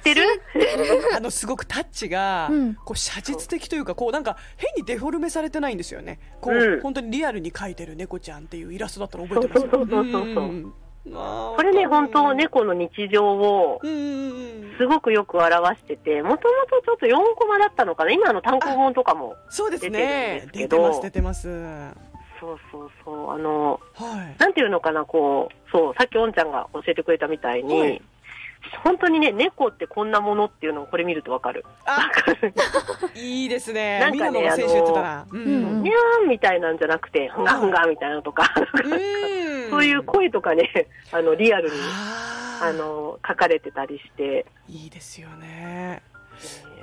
[SPEAKER 1] て
[SPEAKER 3] 知
[SPEAKER 1] る
[SPEAKER 3] ってる
[SPEAKER 1] あのすごくタッチが、
[SPEAKER 2] うん
[SPEAKER 1] こう写実的というかこうなんか変にデフォルメされてないんですよねこう、
[SPEAKER 3] うん
[SPEAKER 1] 本当にリアルに描いてる猫ちゃんっていうイラストだったの覚えてますよ
[SPEAKER 3] そうそうそうそうそうん
[SPEAKER 1] あー
[SPEAKER 3] これね、
[SPEAKER 1] わかる
[SPEAKER 3] 本当猫の日常を、
[SPEAKER 1] うんうんうん
[SPEAKER 3] すごくよく表してて、もともとちょっと4コマだったのかな今あの単行本とかも。
[SPEAKER 1] そうですね出
[SPEAKER 3] 出
[SPEAKER 1] て
[SPEAKER 3] てるん
[SPEAKER 1] ます出
[SPEAKER 3] です
[SPEAKER 1] てます
[SPEAKER 3] そうそうそう。あの、
[SPEAKER 1] はい
[SPEAKER 3] なんていうのかな、こう、そう、さっきおんちゃんが教えてくれたみたいに、
[SPEAKER 1] はい
[SPEAKER 3] 本当にね、猫ってこんなものっていうのをこれ見るとわかる。
[SPEAKER 1] あ
[SPEAKER 3] わかる。
[SPEAKER 1] いいですね
[SPEAKER 3] なん
[SPEAKER 1] み
[SPEAKER 3] かね
[SPEAKER 1] なもが先週言ってたなうん
[SPEAKER 2] のー
[SPEAKER 1] うん
[SPEAKER 3] にゃーんみたいなんじゃなくて、ふんがふんがみたいなのとか、 そういう声とかね、あの、リアルに、
[SPEAKER 1] あー
[SPEAKER 3] あの、書かれてたりして、
[SPEAKER 1] いいですよね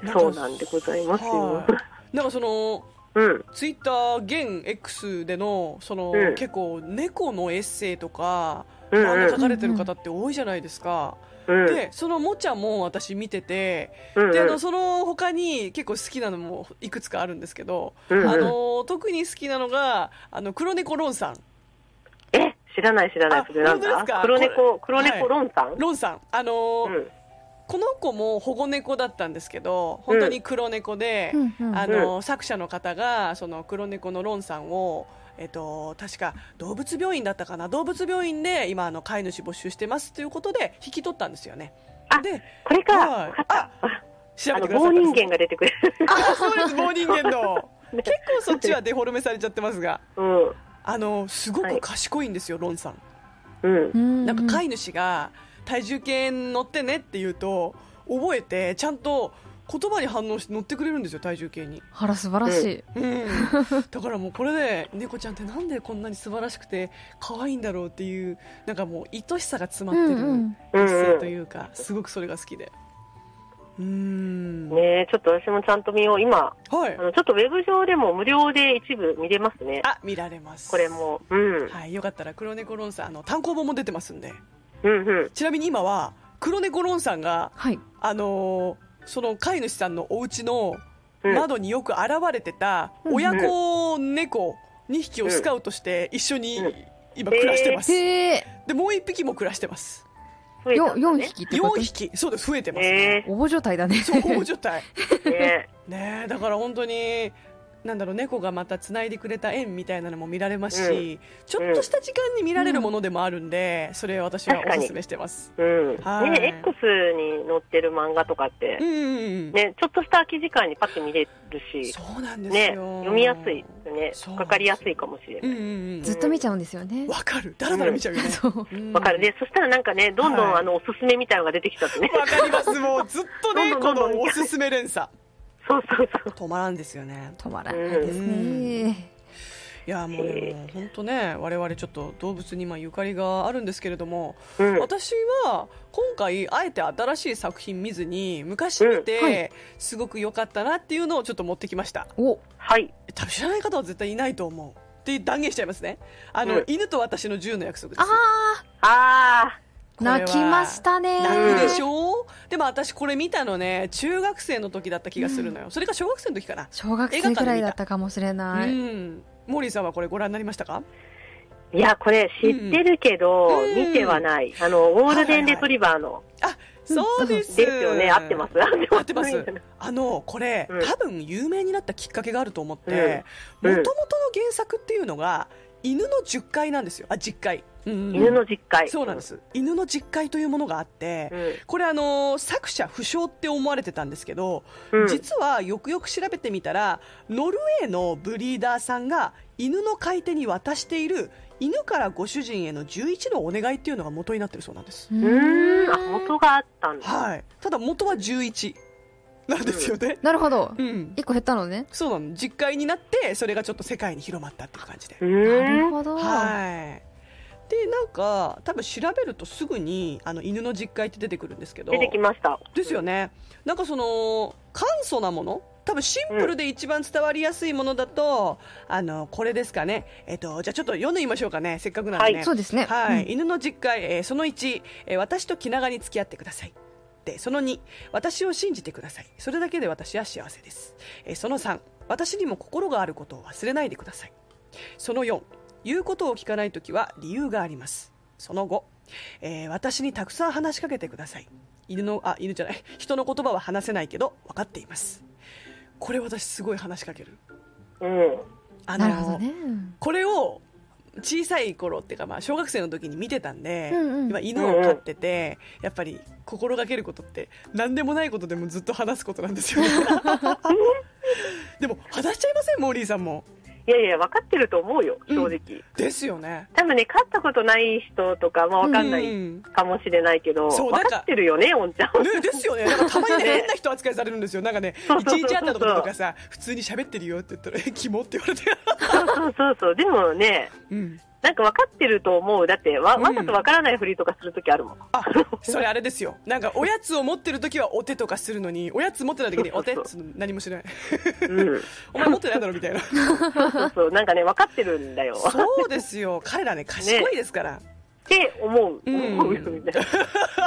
[SPEAKER 1] なんか
[SPEAKER 3] そうなんでございますよ
[SPEAKER 1] は。いなんかその
[SPEAKER 3] うん。
[SPEAKER 1] ツイッター現 X でのその、
[SPEAKER 3] うん
[SPEAKER 1] 結構猫のエッセイとか
[SPEAKER 3] うん
[SPEAKER 1] 漫画
[SPEAKER 3] う
[SPEAKER 1] 書かれてる方って多いじゃないですか、
[SPEAKER 3] ん。うん
[SPEAKER 1] でそのもちゃも私見てて、
[SPEAKER 3] うん
[SPEAKER 1] であのその他に結構好きなのもいくつかあるんですけど、
[SPEAKER 3] うん
[SPEAKER 1] あの特に好きなのがあの黒猫ロンさん
[SPEAKER 3] え、知らない知らない
[SPEAKER 1] あ。
[SPEAKER 3] それなん
[SPEAKER 1] 本当ですか
[SPEAKER 3] だ黒猫、
[SPEAKER 1] これ
[SPEAKER 3] 黒猫ロンさん、
[SPEAKER 1] ロンさんあの、
[SPEAKER 3] うん。
[SPEAKER 1] この子も保護猫だったんですけど本当に黒猫で、
[SPEAKER 2] うんうん
[SPEAKER 1] あの作者の方がその黒猫のロンさんを、えっと、確か動物病院だったかな動物病院で今あの飼い主募集してますということで引き取ったんですよね。
[SPEAKER 3] あ
[SPEAKER 1] で
[SPEAKER 3] これか、
[SPEAKER 1] はい
[SPEAKER 3] わかった。
[SPEAKER 1] 調
[SPEAKER 3] あ
[SPEAKER 1] べ
[SPEAKER 3] の、
[SPEAKER 1] てくださ
[SPEAKER 3] 棒
[SPEAKER 1] い
[SPEAKER 3] 人間が出てくる。
[SPEAKER 1] あそうです棒人間 の
[SPEAKER 3] ね
[SPEAKER 1] 結構そっちはデフォルメされちゃってますが
[SPEAKER 3] うん。
[SPEAKER 1] あのすご
[SPEAKER 3] は
[SPEAKER 1] く
[SPEAKER 3] い
[SPEAKER 1] 賢いんですよ、ロンさん。
[SPEAKER 3] うん
[SPEAKER 2] う。ん
[SPEAKER 1] なんか飼
[SPEAKER 2] い
[SPEAKER 1] い主が体重計に乗ってねって言うと覚えてちゃんと言葉に反応して乗ってくれるんですよ体重計に、
[SPEAKER 2] あら、素晴らしい。
[SPEAKER 1] うん、だからもうこれで猫ちゃんってなんでこんなに素晴らしくて可愛いんだろうっていうなんかもう愛しさが詰まって
[SPEAKER 2] うんうん
[SPEAKER 1] る
[SPEAKER 3] うん
[SPEAKER 1] 姿勢と
[SPEAKER 3] う
[SPEAKER 1] いうかすごくそれが好きでうん
[SPEAKER 3] ん。ねえちょっと私もちゃんと見よう。今、
[SPEAKER 1] はい
[SPEAKER 3] あの、ちょっとウェブ上でも無料で一部見れますね。
[SPEAKER 1] あ見られます
[SPEAKER 3] これも。うん。
[SPEAKER 1] はいよかったら黒猫ロンさんあの単行本も出てますんで
[SPEAKER 3] うんうん。
[SPEAKER 1] ちなみに今は黒猫ロンさんが
[SPEAKER 2] はい。
[SPEAKER 1] あのーその飼い主さんのお家の
[SPEAKER 3] うん
[SPEAKER 1] 窓によく現れてた
[SPEAKER 2] うん
[SPEAKER 1] 親子猫2匹をスカウトして一緒に今暮らしてます、
[SPEAKER 2] へえ。
[SPEAKER 1] でもう一匹も暮らしてます
[SPEAKER 3] 増えた
[SPEAKER 2] よ、
[SPEAKER 3] んだ
[SPEAKER 2] 四
[SPEAKER 3] ね。
[SPEAKER 2] 匹ってこ
[SPEAKER 1] 4
[SPEAKER 2] と。
[SPEAKER 1] 匹そうです増えてます、
[SPEAKER 3] え
[SPEAKER 2] 大所帯だね。
[SPEAKER 1] そう保護状態
[SPEAKER 3] ー、ね
[SPEAKER 1] ねえだから本当になんだろう猫がまたつないでくれた縁みたいなのも見られますし、ちょっとした時間に見られるものでもあるんで、それ私はおすすめしてます
[SPEAKER 3] うん。
[SPEAKER 1] はい
[SPEAKER 3] ね X に載ってる漫画とかって
[SPEAKER 1] う、んうん
[SPEAKER 3] ね、ちょっとした空き時間にパッと見れる
[SPEAKER 1] うん
[SPEAKER 3] し、
[SPEAKER 1] そうなんです
[SPEAKER 3] ね、
[SPEAKER 1] よ、
[SPEAKER 3] 読みやすいです
[SPEAKER 1] そう
[SPEAKER 3] ね。かかりやすいかもしれ
[SPEAKER 1] う
[SPEAKER 3] なんい。
[SPEAKER 1] うんうん
[SPEAKER 2] ずっと見ちゃうんですよね。
[SPEAKER 1] わかるだらだら見ちゃうよね
[SPEAKER 2] そう。
[SPEAKER 1] うん
[SPEAKER 3] わかる。で、そしたらなんかね、どんどん
[SPEAKER 1] はい
[SPEAKER 3] あの、おすすめみたいのが出てきちゃっ てね。
[SPEAKER 1] わかりますもうずっとね
[SPEAKER 3] どん
[SPEAKER 1] こ
[SPEAKER 3] どんどんど
[SPEAKER 1] の
[SPEAKER 3] ん
[SPEAKER 1] おすすめ連鎖
[SPEAKER 3] そうそうそう。
[SPEAKER 1] 止まらんですよね
[SPEAKER 2] 止まらないですね。
[SPEAKER 1] いやもう
[SPEAKER 3] へ
[SPEAKER 1] でも本当ね我々ちょっと動物にまあゆかりがあるんですけれども
[SPEAKER 3] うん。
[SPEAKER 1] 私は今回あえて新しい作品見ずに昔見
[SPEAKER 2] うんは
[SPEAKER 1] てすごく良かったなっていうのをちょっと持ってきました
[SPEAKER 2] お、
[SPEAKER 3] はい。
[SPEAKER 1] 多分知らない方は絶対いないと思うって断言しちゃいますねあの、
[SPEAKER 3] うん
[SPEAKER 1] 犬と私の銃の約束です
[SPEAKER 2] ああ、
[SPEAKER 3] あ
[SPEAKER 1] これは
[SPEAKER 2] 泣きましたね。
[SPEAKER 1] 泣くでし
[SPEAKER 2] ょ。
[SPEAKER 1] ょでも私これ見たのね中学生の時だった気がするのよ、それか小学生の時かな、
[SPEAKER 2] 小学生くらいだったかもしれな
[SPEAKER 1] う
[SPEAKER 2] い。
[SPEAKER 1] んモーリーさんはこれご覧になりましたか
[SPEAKER 3] ー。いや、これ知ってるけど
[SPEAKER 1] うん、
[SPEAKER 3] 見てはない。あの、ゴールデンレトリバーの。
[SPEAKER 1] あそうです、
[SPEAKER 3] ですよね。合ってます。合
[SPEAKER 1] 合ってますあのこれ、
[SPEAKER 3] うん
[SPEAKER 1] 多分有名になったきっかけがあると思っても
[SPEAKER 3] うん
[SPEAKER 1] ともとの原作っていうのが犬の10回なんですよあ10回、うん
[SPEAKER 3] 犬の実戒。
[SPEAKER 1] そうなんで。す犬の10回というものがあって、
[SPEAKER 3] うん。
[SPEAKER 1] これあの作者不詳って思われてたんですけど、
[SPEAKER 3] うん
[SPEAKER 1] 実はよくよく調べてみたらノルウェーのブリーダーさんが犬の飼い手に渡している犬からご主人への11のお願いっていうのが元になってるそうなんです、
[SPEAKER 3] うーん。あ、元があったんだ。
[SPEAKER 1] はい、ただ元は11なんですよね、
[SPEAKER 2] なるほど
[SPEAKER 1] う。ん
[SPEAKER 2] 一個減ったのね。
[SPEAKER 1] そうなの実家になってそれがちょっと世界に広まったっていう感じで
[SPEAKER 3] う
[SPEAKER 2] な
[SPEAKER 3] ー
[SPEAKER 2] る
[SPEAKER 3] ん。
[SPEAKER 2] ほど。
[SPEAKER 1] はいでなんか多分調べるとすぐにあの犬の実家って出てくるんですけど
[SPEAKER 3] 出てきました。
[SPEAKER 1] ですよね、なんかその簡素なもの多分シンプルで一番伝わりやすいものだと、あのこれですかね、えっとじゃあちょっと読んでみましょうかねせっかくなんでね、
[SPEAKER 3] は
[SPEAKER 2] そうですね。
[SPEAKER 1] はい犬の実家へ、えーその1、えー私と気長に付き合ってくださいでその2私を信じてくださいそれだけで私は幸せです、えーその3私にも心があることを忘れないでくださいその4言うことを聞かないときは理由がありますその5、えー私にたくさん話しかけてください犬のあ犬じゃない人の言葉は話せないけど分かっていますこれ私すごい話しかける
[SPEAKER 3] うん。
[SPEAKER 1] あ
[SPEAKER 2] うん
[SPEAKER 1] のー
[SPEAKER 2] なるほどね。
[SPEAKER 1] これを小さい頃っていうかまあ小学生の時に見てたんで、
[SPEAKER 2] うんうん
[SPEAKER 1] 今犬を飼っててやっぱり心がけることって何でもないことでもずっと話すことなんですよねでも話しちゃいませんモーリーさんも
[SPEAKER 3] いやいや、分かってると思うよ、正直。
[SPEAKER 1] ですよね
[SPEAKER 3] 多分ね、飼ったことない人とか、まあ分かんない
[SPEAKER 1] うん
[SPEAKER 3] かもしれないけど、
[SPEAKER 1] そうなん
[SPEAKER 3] 分
[SPEAKER 1] か
[SPEAKER 3] かってるよね、お んちゃん。
[SPEAKER 1] ね、ですよねなんかたま にね変な人扱いされるんですよなんかね
[SPEAKER 3] そう
[SPEAKER 1] 一
[SPEAKER 3] そうそうそう
[SPEAKER 1] 日会ったとことかさ普通に喋ってるよって言ったらえキモって言われて、
[SPEAKER 3] そうそうそうそう。でもね、
[SPEAKER 1] うん、
[SPEAKER 3] なんか分かってると思う。だってわ、
[SPEAKER 1] うん
[SPEAKER 3] わざと分からないふりとかするときあるもん。
[SPEAKER 1] あそれあれですよなんかおやつを持ってる時はお手とかするのにおやつ持ってない時にお手っつうの何もしない
[SPEAKER 3] うん。
[SPEAKER 1] お前持ってないだろみたいな
[SPEAKER 3] そうそう。なんかね、分かってるんだよ。
[SPEAKER 1] そうですよ。彼らね、賢いですから。
[SPEAKER 3] って思う。
[SPEAKER 1] うん
[SPEAKER 3] 思うよ、みたいな。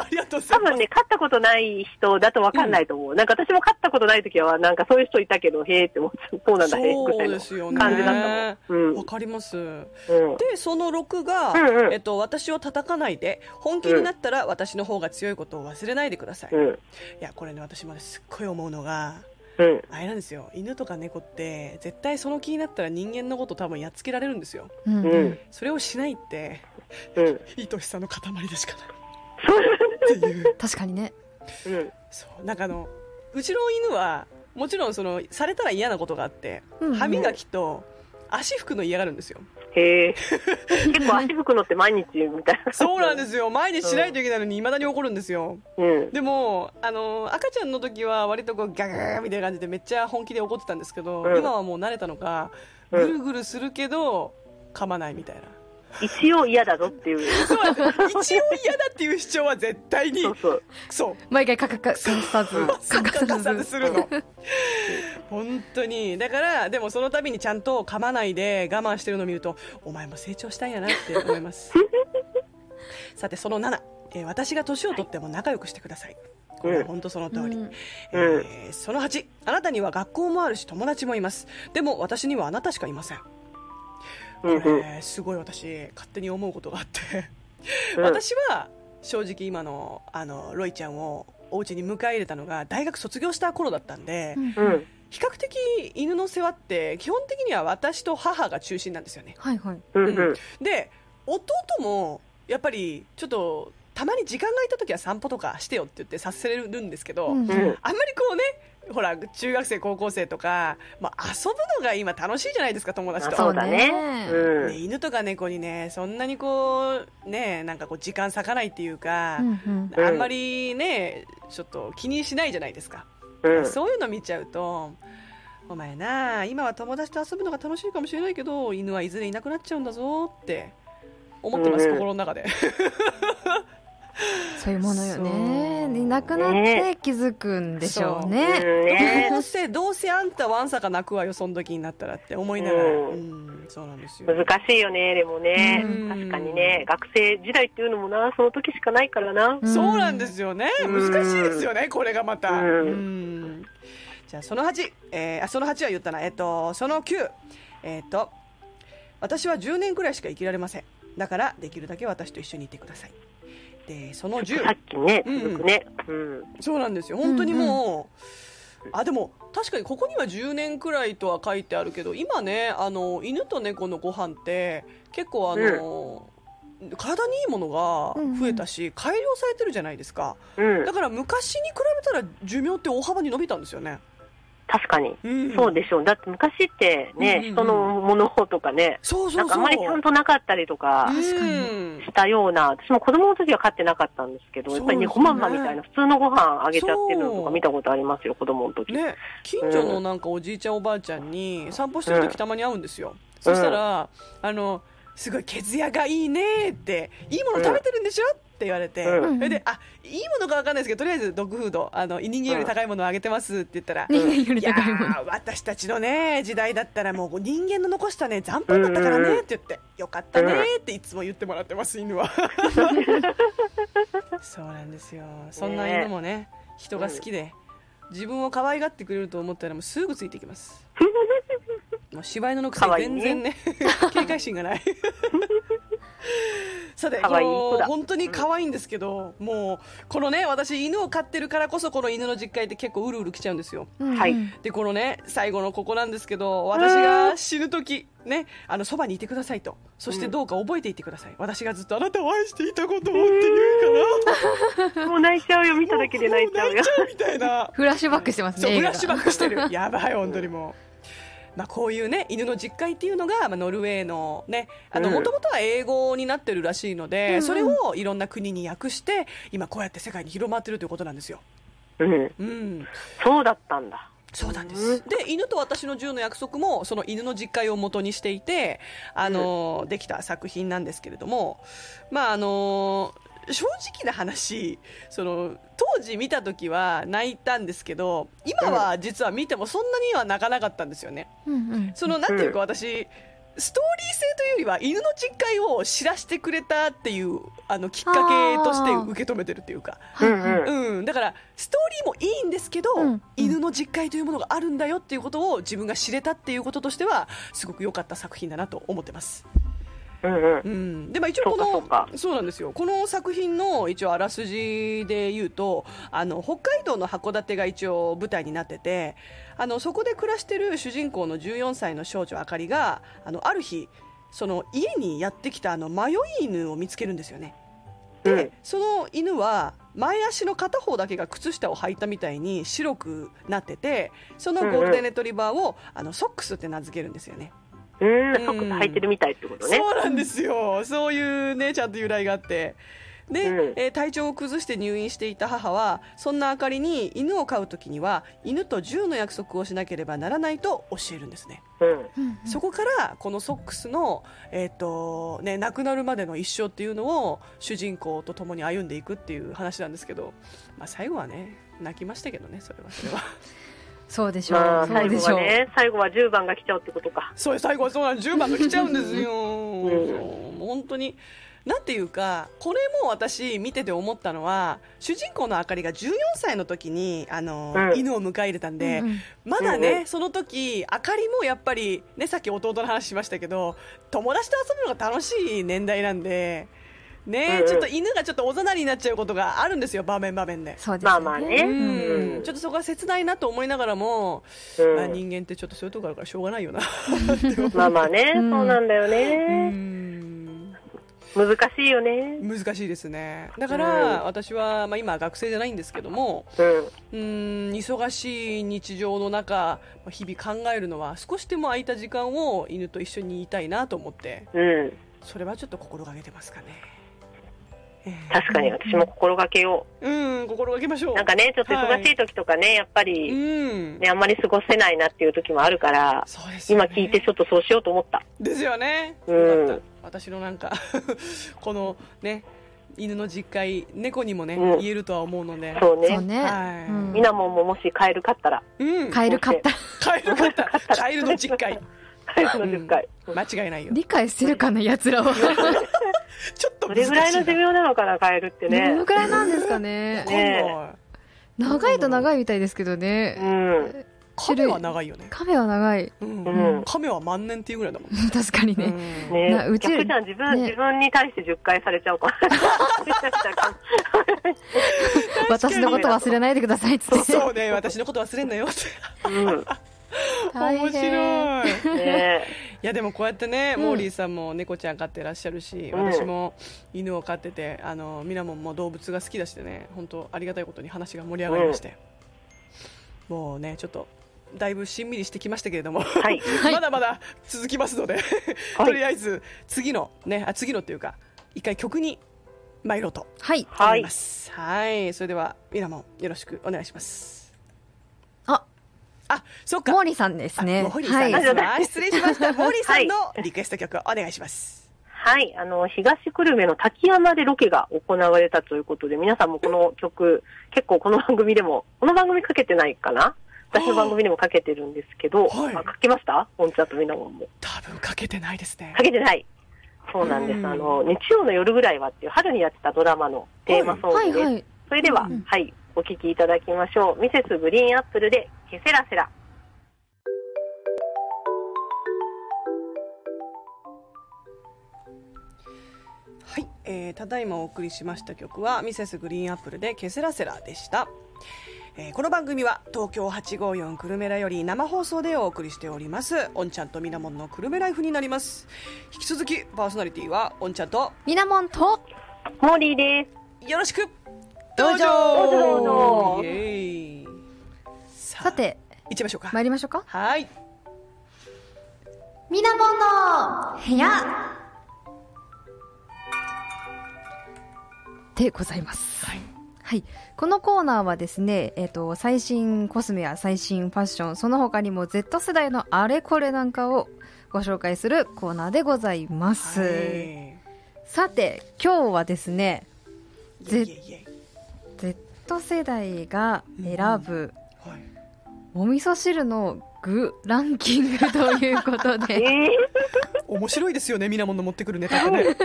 [SPEAKER 1] ありがとうござ
[SPEAKER 3] 多
[SPEAKER 1] います。
[SPEAKER 3] 分ね、飼ったことない人だと分かんないと思う。なんか私も飼ったことないときは、なんかそういう人いたけど、へえって思っちゃう。そうなんだ、へえ、みた
[SPEAKER 1] そ
[SPEAKER 3] いうな
[SPEAKER 1] ですよね。
[SPEAKER 3] 感じだったもん。うん。
[SPEAKER 1] わかります。
[SPEAKER 3] うん。
[SPEAKER 1] で、その6が、
[SPEAKER 3] うんうん
[SPEAKER 1] えっと、私を叩かないで、本気になったら私の方が強いことを忘れないでください。
[SPEAKER 3] う
[SPEAKER 1] い
[SPEAKER 3] ん。
[SPEAKER 1] や、これね、私もねすっごい思うのが、
[SPEAKER 3] うん。
[SPEAKER 1] あれなんですよ。犬とか猫って、絶対その気になったら人間のこと多分やっつけられるんですよ。
[SPEAKER 2] うん
[SPEAKER 3] う
[SPEAKER 2] うん
[SPEAKER 3] ん。
[SPEAKER 1] それをしないって、
[SPEAKER 3] うん。
[SPEAKER 1] 愛しさの塊でしかない
[SPEAKER 3] そう。
[SPEAKER 1] っていう。
[SPEAKER 2] 確かにね。
[SPEAKER 3] うん。
[SPEAKER 1] そうなんかあのうちの犬はもちろんそのされたら嫌なことがあって、
[SPEAKER 2] うんうん
[SPEAKER 1] 歯磨きと足拭くの嫌がるんですよ
[SPEAKER 3] へ え。結構足拭くのって毎日みたいな。。
[SPEAKER 1] そうなんですすよ毎日しないといけないのにいまだに怒るんですよ
[SPEAKER 3] うん。
[SPEAKER 1] でもあの赤ちゃんの時は割とこうガガガみたいな感じでめっちゃ本気で怒ってたんですけど、
[SPEAKER 3] うん
[SPEAKER 1] 今はもう慣れたのかぐ
[SPEAKER 3] うん
[SPEAKER 1] るぐるするけど噛まないみたいな、
[SPEAKER 3] 一応嫌だぞっていう。
[SPEAKER 1] そうなんですよ一応嫌だっていう主張は絶対に
[SPEAKER 3] そうそう。
[SPEAKER 1] そう
[SPEAKER 2] 毎回かかかささず。
[SPEAKER 1] そう
[SPEAKER 2] か
[SPEAKER 1] 欠
[SPEAKER 2] か
[SPEAKER 1] か
[SPEAKER 2] さ
[SPEAKER 1] さ
[SPEAKER 2] ず
[SPEAKER 1] ず。するの本当にだからでもその度にちゃんと噛まないで我慢してるのを見るとお前も成長したんやなって思いますさてその7、えー私が年を取っても仲良くしてくださいこれは本当その通り、
[SPEAKER 2] うん
[SPEAKER 1] えーその8あなたには学校もあるし友達もいますでも私にはあなたしかいませんこれすごい私勝手に思うことがあって私は正直今のあのロイちゃんをお家に迎え入れたのが大学卒業した頃だったんで、
[SPEAKER 3] うん。
[SPEAKER 1] 比較的犬の世話って基本的には私と母が中心なんですよね
[SPEAKER 2] はいはい。
[SPEAKER 3] うん。
[SPEAKER 1] うん
[SPEAKER 3] うん。
[SPEAKER 1] で弟もやっぱりちょっとたまに時間が空いた時は散歩とかしてよって言ってさせるんですけど、
[SPEAKER 2] うん
[SPEAKER 3] うん。
[SPEAKER 1] あんまりこうねほら中学生高校生とか、まあ、遊ぶのが今楽しいじゃないですか友達と
[SPEAKER 3] あそうだねう
[SPEAKER 1] ね、
[SPEAKER 3] ん。
[SPEAKER 1] 犬とか猫にねそんなにこうねなんかこう時間割かないっていうか
[SPEAKER 2] う、んうん
[SPEAKER 3] うん
[SPEAKER 1] あんまりねちょっと気にしないじゃないですか、
[SPEAKER 3] うん。
[SPEAKER 1] そういうの見ちゃうとお前なあ今は友達と遊ぶのが楽しいかもしれないけど犬はいずれいなくなっちゃうんだぞって思ってます、
[SPEAKER 3] うん
[SPEAKER 1] 心の中で
[SPEAKER 2] そういうものよ
[SPEAKER 1] そう
[SPEAKER 2] ね。いなくなって気づくんでしょうね。
[SPEAKER 3] うん ね
[SPEAKER 1] どうせどうせあんたわんさか泣くわよその時になったらって思いながら、う
[SPEAKER 3] うん
[SPEAKER 1] んそうなんですよ
[SPEAKER 3] 難しいよね、でもね
[SPEAKER 1] うん。
[SPEAKER 3] 確かにね、学生時代っていうのもな、その時しかないからな。
[SPEAKER 2] ん
[SPEAKER 1] そうなんですよね。
[SPEAKER 3] うん
[SPEAKER 1] 難しいですよね、これがまた。
[SPEAKER 3] うん
[SPEAKER 1] うんじゃあ、その8、えーあ、その8は言ったな。えっ、と、その9、えっ、と、私は10年くらいしか生きられません。だから、できるだけ私と一緒にいてください。で、その
[SPEAKER 3] さっ
[SPEAKER 1] 10、
[SPEAKER 3] きね、
[SPEAKER 1] うん
[SPEAKER 3] 続くね。うん。
[SPEAKER 1] そうなんですよ。本当にもう、あ、でも、確かにここには10年くらいとは書いてあるけど、今ね、あの、犬と猫のご飯って、結構あの、体にいいものが増えたし、改良されてるじゃないですか。
[SPEAKER 3] う ん
[SPEAKER 1] だ。から昔に比べたら寿命って大幅に伸びたんですよね。
[SPEAKER 3] 確かに。
[SPEAKER 1] うん
[SPEAKER 3] そうでしょう。だって昔ってね、
[SPEAKER 1] うんうんうん
[SPEAKER 3] 人のものとかね、
[SPEAKER 1] そうそうそう。
[SPEAKER 3] なんかあんまりちゃんとなかったりとか
[SPEAKER 2] 確かに
[SPEAKER 1] うん
[SPEAKER 3] したような、私も子供の時は飼ってなかったんですけど、やっぱりね、
[SPEAKER 1] そう
[SPEAKER 3] ご
[SPEAKER 1] ですね
[SPEAKER 3] まんまみたいな普通のご飯あげちゃってるのとか見たことありますよ、子 供の時。
[SPEAKER 1] ね、近所のなんかおじいちゃんおばあちゃんに散歩してる時たまに会うんですよ。そしたら、あの、すごい、毛艶がいいねって、いいもの食べてるんでしょって言われて、
[SPEAKER 3] うん
[SPEAKER 1] それで、あ、いいものかわかんないですけど、とりあえずドッグフード、あの、人間より高いものをあげてますって言ったら、
[SPEAKER 2] 人間より
[SPEAKER 1] いや
[SPEAKER 2] 高いもの。
[SPEAKER 1] ー 私たちのね時代だったらもう人間の残したね残飯だったから
[SPEAKER 3] うんうんう
[SPEAKER 1] ね
[SPEAKER 3] ん
[SPEAKER 1] って言って、よかったねっていつも言ってもらってます 犬はそうなんですよそんな犬もね人が好きで自分を可愛がってくれると思ったらもうすぐついてきます もう柴犬のくせに
[SPEAKER 3] 可愛い
[SPEAKER 1] 全
[SPEAKER 3] ね
[SPEAKER 1] 然 ね警戒心がないさて
[SPEAKER 3] 可愛い
[SPEAKER 1] もう
[SPEAKER 3] 子だ
[SPEAKER 1] 本当に可愛いんですけど、もうこのね私犬を飼ってるからこそこの犬の実家へって結構うるうる来ちゃうんですよ
[SPEAKER 2] うん
[SPEAKER 3] はい
[SPEAKER 2] うん
[SPEAKER 1] でこのね最後のここなんですけど私が死ぬ時ねあのそばにいてくださいとそしてどうか覚えていてください、私がずっとあなたを愛していたことをって言うから
[SPEAKER 3] もう泣いちゃうよ、見ただけで泣いちゃう
[SPEAKER 1] も
[SPEAKER 3] よ
[SPEAKER 1] う。泣いちゃうみたい な
[SPEAKER 2] フラッシュバックしてます
[SPEAKER 1] そう
[SPEAKER 2] ね。
[SPEAKER 1] フラッシュバ
[SPEAKER 2] ッ
[SPEAKER 1] ックしてるやばい本当にもう、まあ、こういうね犬の実家っていうのが、まあ、ノルウェーのね
[SPEAKER 3] うん
[SPEAKER 1] もともとは英語になってるらしいので、
[SPEAKER 2] うんうん
[SPEAKER 1] それをいろんな国に訳して今こうやって世界に広まってるということなんですよ
[SPEAKER 3] うん。
[SPEAKER 1] うん
[SPEAKER 3] そうだったんだ。
[SPEAKER 1] そうなんで
[SPEAKER 3] う
[SPEAKER 1] す。で、犬と私の銃の約束も、その犬の実会を元にしていて、あの、できた作品なんですけれども、まあ、あの、正直な話、その、当時見た時は泣いたんですけど、今は実は見てもそんなには泣かなかったんですよね。
[SPEAKER 2] ク。
[SPEAKER 1] その、なんていうか私、ストーリー性というよりは、犬の実会を知らせてくれたっていう、あの、きっかけとして受け止めてるっていうか。
[SPEAKER 2] はい
[SPEAKER 3] うんうん。
[SPEAKER 1] うん、だからストーリーもいいんですけど、
[SPEAKER 2] うんうん
[SPEAKER 1] 犬の実会というものがあるんだよっていうことを自分が知れたっていうこととしてはすごく良かった作品だなと思ってます、
[SPEAKER 3] うんうん
[SPEAKER 1] う。ん、でまあ一応この
[SPEAKER 3] そうかそうか
[SPEAKER 1] なんですよこの作品の一応あらすじで言うとあの北海道の函館が一応舞台になっててあのそこで暮らしてる主人公の14歳の少女あかりがあのある日その家にやってきたあの迷い犬を見つけるんですよね
[SPEAKER 3] うん。
[SPEAKER 1] その犬は前足の片方だけが靴下を履いたみたいに白くなっててそのゴールデンレトリバーをあのソックスって名付けるんですよね。
[SPEAKER 3] うん、ソックス履いてるみたいってことね。
[SPEAKER 1] そうなんですよ、そういうねちゃんと由来があってで、
[SPEAKER 3] うん
[SPEAKER 1] えー体調を崩して入院していた母はそんなあかりに犬を飼う時には犬と銃の約束をしなければならないと教えるんですね。
[SPEAKER 3] うん。
[SPEAKER 1] そこからこのソックスの、えっとね、亡くなるまでの一生っていうのを主人公と共に歩んでいくっていう話なんですけど、まあ、最後はね泣きましたけどねそれは それは
[SPEAKER 2] そうでしょう。
[SPEAKER 3] まあ、
[SPEAKER 2] そう
[SPEAKER 3] 最
[SPEAKER 2] で
[SPEAKER 3] 後
[SPEAKER 2] しょ
[SPEAKER 3] は
[SPEAKER 2] う。
[SPEAKER 3] ね、最後は10番が来ちゃうってことか。
[SPEAKER 1] そう最後はそうなん10番が来ちゃうんですよ、
[SPEAKER 3] ん
[SPEAKER 1] そうもう本当になんていうかこれも私見てて思ったのは主人公のあかりが14歳の時にあの、
[SPEAKER 3] うん
[SPEAKER 1] 犬を迎え入れたんで、
[SPEAKER 2] うんうん
[SPEAKER 1] まだね、
[SPEAKER 3] うんうん
[SPEAKER 1] その時あかりもやっぱり、ね、さっき弟の話しましたけど友達と遊ぶのが楽しい年代なんで、ね
[SPEAKER 3] うんうん
[SPEAKER 1] ちょっと犬がちょっとおざなりになっちゃうことがあるんですよ場面場面で。
[SPEAKER 2] そうです
[SPEAKER 3] ま
[SPEAKER 2] よ
[SPEAKER 3] あまあね。
[SPEAKER 1] うん
[SPEAKER 3] うん
[SPEAKER 1] ちょっとそこは切ないなと思いながらも、
[SPEAKER 3] うん
[SPEAKER 1] あ人間ってちょっとそういうとこあるからしょうがないよなって思う
[SPEAKER 3] まあまあね、
[SPEAKER 2] うん
[SPEAKER 3] そうなんだよ
[SPEAKER 1] う
[SPEAKER 3] ね。
[SPEAKER 1] ん
[SPEAKER 3] 難しいよね。
[SPEAKER 1] 難しいですねだから、
[SPEAKER 3] うん
[SPEAKER 1] 私は、まあ、今学生じゃないんですけども
[SPEAKER 3] うん。
[SPEAKER 1] うん忙しい日常の中まあ日々考えるのは少しでも空いた時間を犬と一緒にいたいなと思って
[SPEAKER 3] うん。
[SPEAKER 1] それはちょっと心がけてますかね、 え
[SPEAKER 3] 確かに私も心がけよ
[SPEAKER 1] えうん心がけましょう
[SPEAKER 3] う。なんかね、ちょっと忙しい時とかね、やっぱ
[SPEAKER 1] う
[SPEAKER 3] り、
[SPEAKER 1] ん、
[SPEAKER 3] ね、あんまり過ごせないなっていう時もあるから、
[SPEAKER 1] そうですよ
[SPEAKER 3] 今
[SPEAKER 1] ね
[SPEAKER 3] 聞いてちょっとそうしようと思った。
[SPEAKER 1] ですよね、
[SPEAKER 3] うん
[SPEAKER 1] よかった私のなんか このね犬の実家猫にもね、
[SPEAKER 3] うん
[SPEAKER 1] 言えるとは思うので
[SPEAKER 3] そう
[SPEAKER 2] そう
[SPEAKER 3] ね。
[SPEAKER 2] ね。
[SPEAKER 1] はい
[SPEAKER 2] うん
[SPEAKER 3] みなもんももしカエル飼ったら、
[SPEAKER 1] うん、カ
[SPEAKER 2] カエル買った。
[SPEAKER 1] エル買ったカエルの実家
[SPEAKER 3] カエルの10回。
[SPEAKER 1] 間違いないよ
[SPEAKER 2] 理解してるかな、奴らは。
[SPEAKER 1] ちょっと
[SPEAKER 3] ど
[SPEAKER 1] 難しい
[SPEAKER 3] れぐらいの
[SPEAKER 1] な
[SPEAKER 3] 寿命なのかな、カエルって
[SPEAKER 2] どの
[SPEAKER 3] ね。
[SPEAKER 2] くらいなんですかね。
[SPEAKER 3] ね
[SPEAKER 1] わ
[SPEAKER 2] 長いと長いみたいですけどね。
[SPEAKER 3] うん。
[SPEAKER 1] かんないカメは長いよね、
[SPEAKER 2] カメは長い。
[SPEAKER 1] う
[SPEAKER 3] うんん、
[SPEAKER 1] カメは万年っていうぐらいだもんね、
[SPEAKER 2] 確かにね。
[SPEAKER 1] うん
[SPEAKER 2] な
[SPEAKER 3] ね
[SPEAKER 2] うち
[SPEAKER 3] 逆じゃん、自分、
[SPEAKER 2] ね
[SPEAKER 3] 自分に対して10回されちゃうから。
[SPEAKER 2] 私のこと忘れないでくださいっつって。
[SPEAKER 1] そうね私のこと忘れんなよって
[SPEAKER 3] うん。
[SPEAKER 2] 大
[SPEAKER 1] 面
[SPEAKER 2] 変。
[SPEAKER 1] 白い
[SPEAKER 3] ね
[SPEAKER 1] いやでもこうやってね、
[SPEAKER 2] うん
[SPEAKER 1] モーリーさんも猫ちゃん飼ってらっしゃるし、
[SPEAKER 3] うん
[SPEAKER 1] 私も犬を飼っててあのミラモンも動物が好きだしてね本当ありがたいことに話が盛り上がりまして、もうねちょっとだいぶしんみりしてきましたけれども、
[SPEAKER 3] はい。
[SPEAKER 1] まだまだ続きますので、 とりあえず次のねあ次のっていうか一回曲に参ろうと
[SPEAKER 2] はい。
[SPEAKER 1] 思
[SPEAKER 3] はいい
[SPEAKER 1] ま。すはいそれではミラモンよろしくお願いします
[SPEAKER 2] あ、
[SPEAKER 1] あそっか
[SPEAKER 2] モーリーさんですね。
[SPEAKER 1] あモーリーさんで
[SPEAKER 2] はい
[SPEAKER 1] すわ、失礼しま した。モーリーさんのリクエスト曲をお願いします。
[SPEAKER 3] はい、あの、東久留米の滝山でロケが行われたということで、皆さんもこの曲、結構この番組でも、この番組かけてないかな私の番組でもかけてるんですけど、
[SPEAKER 1] はい
[SPEAKER 3] あかけましたオンちゃんとみなもんも。
[SPEAKER 1] 多分かけてないですね
[SPEAKER 3] か。けてない。そうなんです。
[SPEAKER 1] うん
[SPEAKER 3] あの、日曜の夜ぐらいはっていう、春にやってたドラマのテーマソング
[SPEAKER 2] は
[SPEAKER 3] で
[SPEAKER 2] い
[SPEAKER 3] す。
[SPEAKER 2] はい。
[SPEAKER 3] それでは、
[SPEAKER 2] うん
[SPEAKER 3] はい、お聴きいただきましょう。ミセスグリーンアップルで、ケセラセラ。
[SPEAKER 1] はい、えーただいまお送りしました曲はミセスグリーンアップルでケセラセラでした。えーこの番組は東京854久留米らより生放送でお送りしております。おんちゃんとみなもんの久留米ライフになります。引き続きパーソナリティはおんちゃんと
[SPEAKER 2] みなもんと、
[SPEAKER 3] モーリーです。
[SPEAKER 1] よろしく。
[SPEAKER 2] どうぞ
[SPEAKER 3] どうぞ
[SPEAKER 1] イエーイさあ
[SPEAKER 2] さて、
[SPEAKER 1] 行っちゃいましょうか。
[SPEAKER 2] 参りましょうか。
[SPEAKER 1] はい。
[SPEAKER 2] みなもんの部屋でございます。
[SPEAKER 1] はい。
[SPEAKER 2] はい、このコーナーはですね、えっと最新コスメや最新ファッションその他にも Z 世代のあれこれなんかをご紹介するコーナーでございます、
[SPEAKER 1] はい
[SPEAKER 2] さて今日はですね
[SPEAKER 1] いえいえいえ
[SPEAKER 2] Z 世代が選ぶ
[SPEAKER 1] はい。
[SPEAKER 2] お味噌汁の具ランキングということ で
[SPEAKER 3] えー、
[SPEAKER 1] 面白いですよね、みなもんの持ってくるネタってね。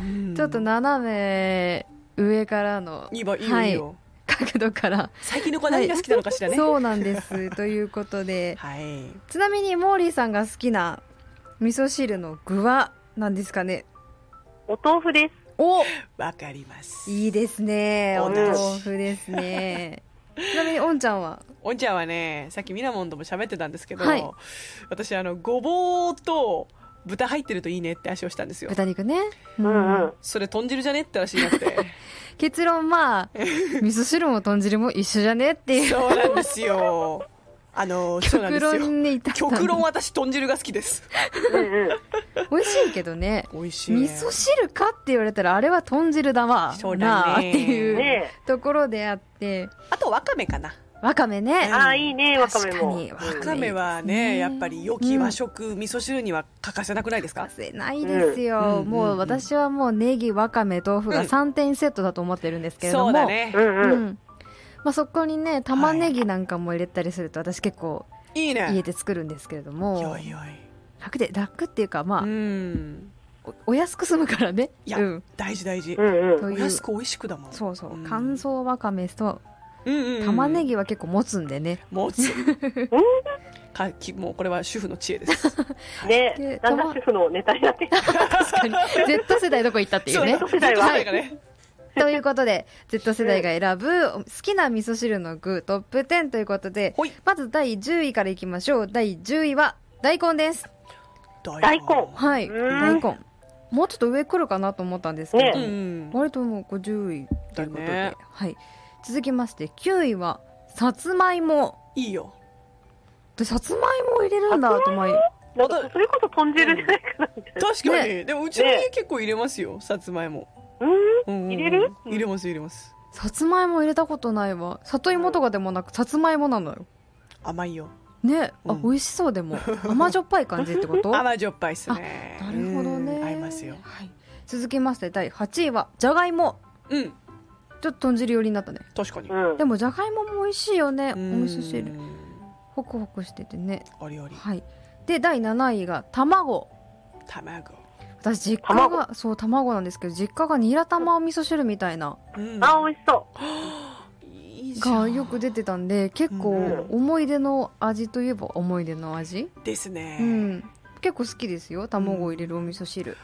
[SPEAKER 1] うん
[SPEAKER 2] ちょっと斜め上からの
[SPEAKER 1] いいわ、いいよ、
[SPEAKER 2] はい
[SPEAKER 1] い
[SPEAKER 2] い
[SPEAKER 1] よ。
[SPEAKER 2] 角度から、
[SPEAKER 1] 最近の子は何が好きなのかしらね。
[SPEAKER 2] そうなんですということで
[SPEAKER 1] はい。
[SPEAKER 2] ちなみにモーリーさんが好きな味噌汁の具は何ですかね
[SPEAKER 3] お豆腐です。
[SPEAKER 2] お
[SPEAKER 1] わかります。
[SPEAKER 2] いいですねお
[SPEAKER 1] 同じ
[SPEAKER 2] 豆腐ですねちなみにおんちゃんは
[SPEAKER 1] おんちゃんはね、さっきみなもんとも喋ってたんですけど、
[SPEAKER 2] はい
[SPEAKER 1] 私、あの、ごぼうと豚入ってるといいねって足をしたんですよ。
[SPEAKER 2] 豚肉ね、
[SPEAKER 3] うんうん。
[SPEAKER 1] それ豚汁じゃねって話になって。
[SPEAKER 2] 結論ま あ味噌汁も豚汁も一緒じゃねっていう
[SPEAKER 1] そうなんですよ。あの、そうなん
[SPEAKER 2] 極
[SPEAKER 1] ですよ。
[SPEAKER 2] 論に至ったんで
[SPEAKER 1] 極論私豚汁が好きです。
[SPEAKER 3] うんうん。
[SPEAKER 2] 美味しいけどね
[SPEAKER 1] 美味しい。
[SPEAKER 2] 味噌汁かって言われたらあれは豚汁だわ
[SPEAKER 1] そう
[SPEAKER 2] な
[SPEAKER 1] だ
[SPEAKER 2] あっ
[SPEAKER 1] ね
[SPEAKER 2] ていう
[SPEAKER 3] ね
[SPEAKER 2] ところであって
[SPEAKER 1] あとわかめかな。
[SPEAKER 2] わかめね
[SPEAKER 3] え。ああ、いいね、わかめ
[SPEAKER 2] 確か
[SPEAKER 3] も。
[SPEAKER 2] にわか
[SPEAKER 1] わかめはねやっぱり良き和食、味噌汁には欠かせなくないですか
[SPEAKER 2] 出せないですよ、
[SPEAKER 1] うんうんうん
[SPEAKER 2] も
[SPEAKER 1] うん
[SPEAKER 2] う私はもうネギわかめ豆腐
[SPEAKER 1] う
[SPEAKER 2] が
[SPEAKER 1] ん
[SPEAKER 2] 3点セットだと思ってるんですけれども、
[SPEAKER 1] そうだね
[SPEAKER 3] う、ん
[SPEAKER 2] う
[SPEAKER 3] うん。
[SPEAKER 2] んまあ、そこにね玉ねぎなんかも入れたりすると私結構
[SPEAKER 1] いいね
[SPEAKER 2] 家で作るんですけれども、
[SPEAKER 1] よいよい
[SPEAKER 2] 楽で楽っていうかまあ、
[SPEAKER 1] うん
[SPEAKER 2] おお安く済むからね
[SPEAKER 1] いや
[SPEAKER 2] うん、
[SPEAKER 1] 大事大事
[SPEAKER 3] う。んう
[SPEAKER 2] と
[SPEAKER 1] お
[SPEAKER 3] ん。
[SPEAKER 2] いう
[SPEAKER 1] 安く美味しくだもん。
[SPEAKER 2] そうそう、
[SPEAKER 1] うん
[SPEAKER 2] 乾燥わかめと
[SPEAKER 1] うんうんうん
[SPEAKER 2] 玉ねぎは結構持つんでね、
[SPEAKER 1] も つ。かきもうこれは主婦の知恵です。
[SPEAKER 2] で
[SPEAKER 3] ね、
[SPEAKER 2] た
[SPEAKER 3] 旦
[SPEAKER 2] ま
[SPEAKER 3] 那主婦のネタになってきた。
[SPEAKER 1] 確
[SPEAKER 2] 確かに Z 世代どこ行ったっていうね
[SPEAKER 3] そう世代は
[SPEAKER 1] ね。
[SPEAKER 2] ということで Z 世代が選ぶ好きな味噌汁の具トップ10ということで
[SPEAKER 1] ほい。
[SPEAKER 2] まず第10位からいきましょう第10位は大根です
[SPEAKER 1] 大
[SPEAKER 3] 根
[SPEAKER 2] はいう大
[SPEAKER 3] ーん
[SPEAKER 2] 根もうちょっと上来るかなと思ったんですけど、
[SPEAKER 1] う
[SPEAKER 3] 根ね
[SPEAKER 1] ん。
[SPEAKER 2] 割ともう50位ということで、
[SPEAKER 1] だね
[SPEAKER 2] はい、続きまして9位はさつまいも
[SPEAKER 1] いいよ。
[SPEAKER 2] でさつまいもを入れるんだと思い
[SPEAKER 3] なんかそれこそ豚汁じゃないかなみたいな。
[SPEAKER 1] 確かに。でもうちの家結構入れますよ。さつまいも。
[SPEAKER 3] うーん。
[SPEAKER 1] うんうんうん
[SPEAKER 3] 入れる
[SPEAKER 1] 入れます入れます。
[SPEAKER 2] さつまいも入れたことないわ里芋とかでもなくさつまいもなのよ
[SPEAKER 1] 甘いよ。
[SPEAKER 2] ねあ、
[SPEAKER 1] うん
[SPEAKER 2] 美味しそうでも甘じょっぱい感じってこと な
[SPEAKER 1] 甘じょっぱいっすね。
[SPEAKER 2] るほどね
[SPEAKER 1] うん合いますよ。
[SPEAKER 2] はい、続きまして第8位はじゃがいも
[SPEAKER 1] うん。
[SPEAKER 2] ちょっと豚汁寄りになったね
[SPEAKER 1] 確かに。
[SPEAKER 3] うん
[SPEAKER 2] でもじゃがいもも美味しいよねお
[SPEAKER 1] うん
[SPEAKER 2] 味噌汁。ホクホクしててね
[SPEAKER 1] ありあり。
[SPEAKER 2] はいで第7位が卵
[SPEAKER 1] 卵。
[SPEAKER 2] 私実家がそう卵なんですけど実家がニラ玉お味噌汁みたいな
[SPEAKER 1] うん
[SPEAKER 3] あ、美味しそ
[SPEAKER 1] いいじゃ
[SPEAKER 2] が
[SPEAKER 1] ん
[SPEAKER 2] よく出てたんで結
[SPEAKER 1] う
[SPEAKER 2] 構
[SPEAKER 1] ん
[SPEAKER 2] 思い出の味といえば思い出の味
[SPEAKER 1] です
[SPEAKER 2] う
[SPEAKER 1] ね。
[SPEAKER 2] ん結構好きですよ卵を入れるお味噌汁、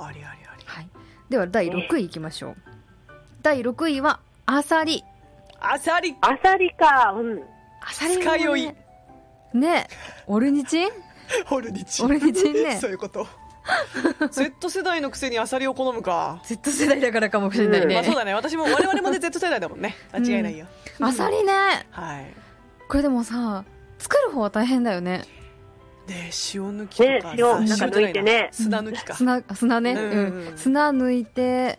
[SPEAKER 1] ありありあり。
[SPEAKER 2] はい、では第6位いきましょう第6位はアサリ
[SPEAKER 1] あさり。
[SPEAKER 3] う。アサリか。うん。
[SPEAKER 2] アサリも
[SPEAKER 1] 二日酔い
[SPEAKER 2] ねねオルニチン
[SPEAKER 1] オルニチン。
[SPEAKER 2] オルニチンね
[SPEAKER 1] そういうこと。Z 世代のくせにアサリを好むか。
[SPEAKER 2] Z 世代だからかもしれないね、
[SPEAKER 1] まあそうだね。私も我々もね Z 世代だもんね。間違いないよ。
[SPEAKER 2] アサリね
[SPEAKER 1] はい。
[SPEAKER 2] これでもさ作る方は大変だよね
[SPEAKER 1] で塩抜きとか、
[SPEAKER 3] ね塩
[SPEAKER 1] あ
[SPEAKER 3] なんか
[SPEAKER 1] じゃ
[SPEAKER 3] 抜いてね
[SPEAKER 1] な砂抜きか。
[SPEAKER 2] 砂砂ね、う
[SPEAKER 1] うんんうんうん
[SPEAKER 2] 砂抜いて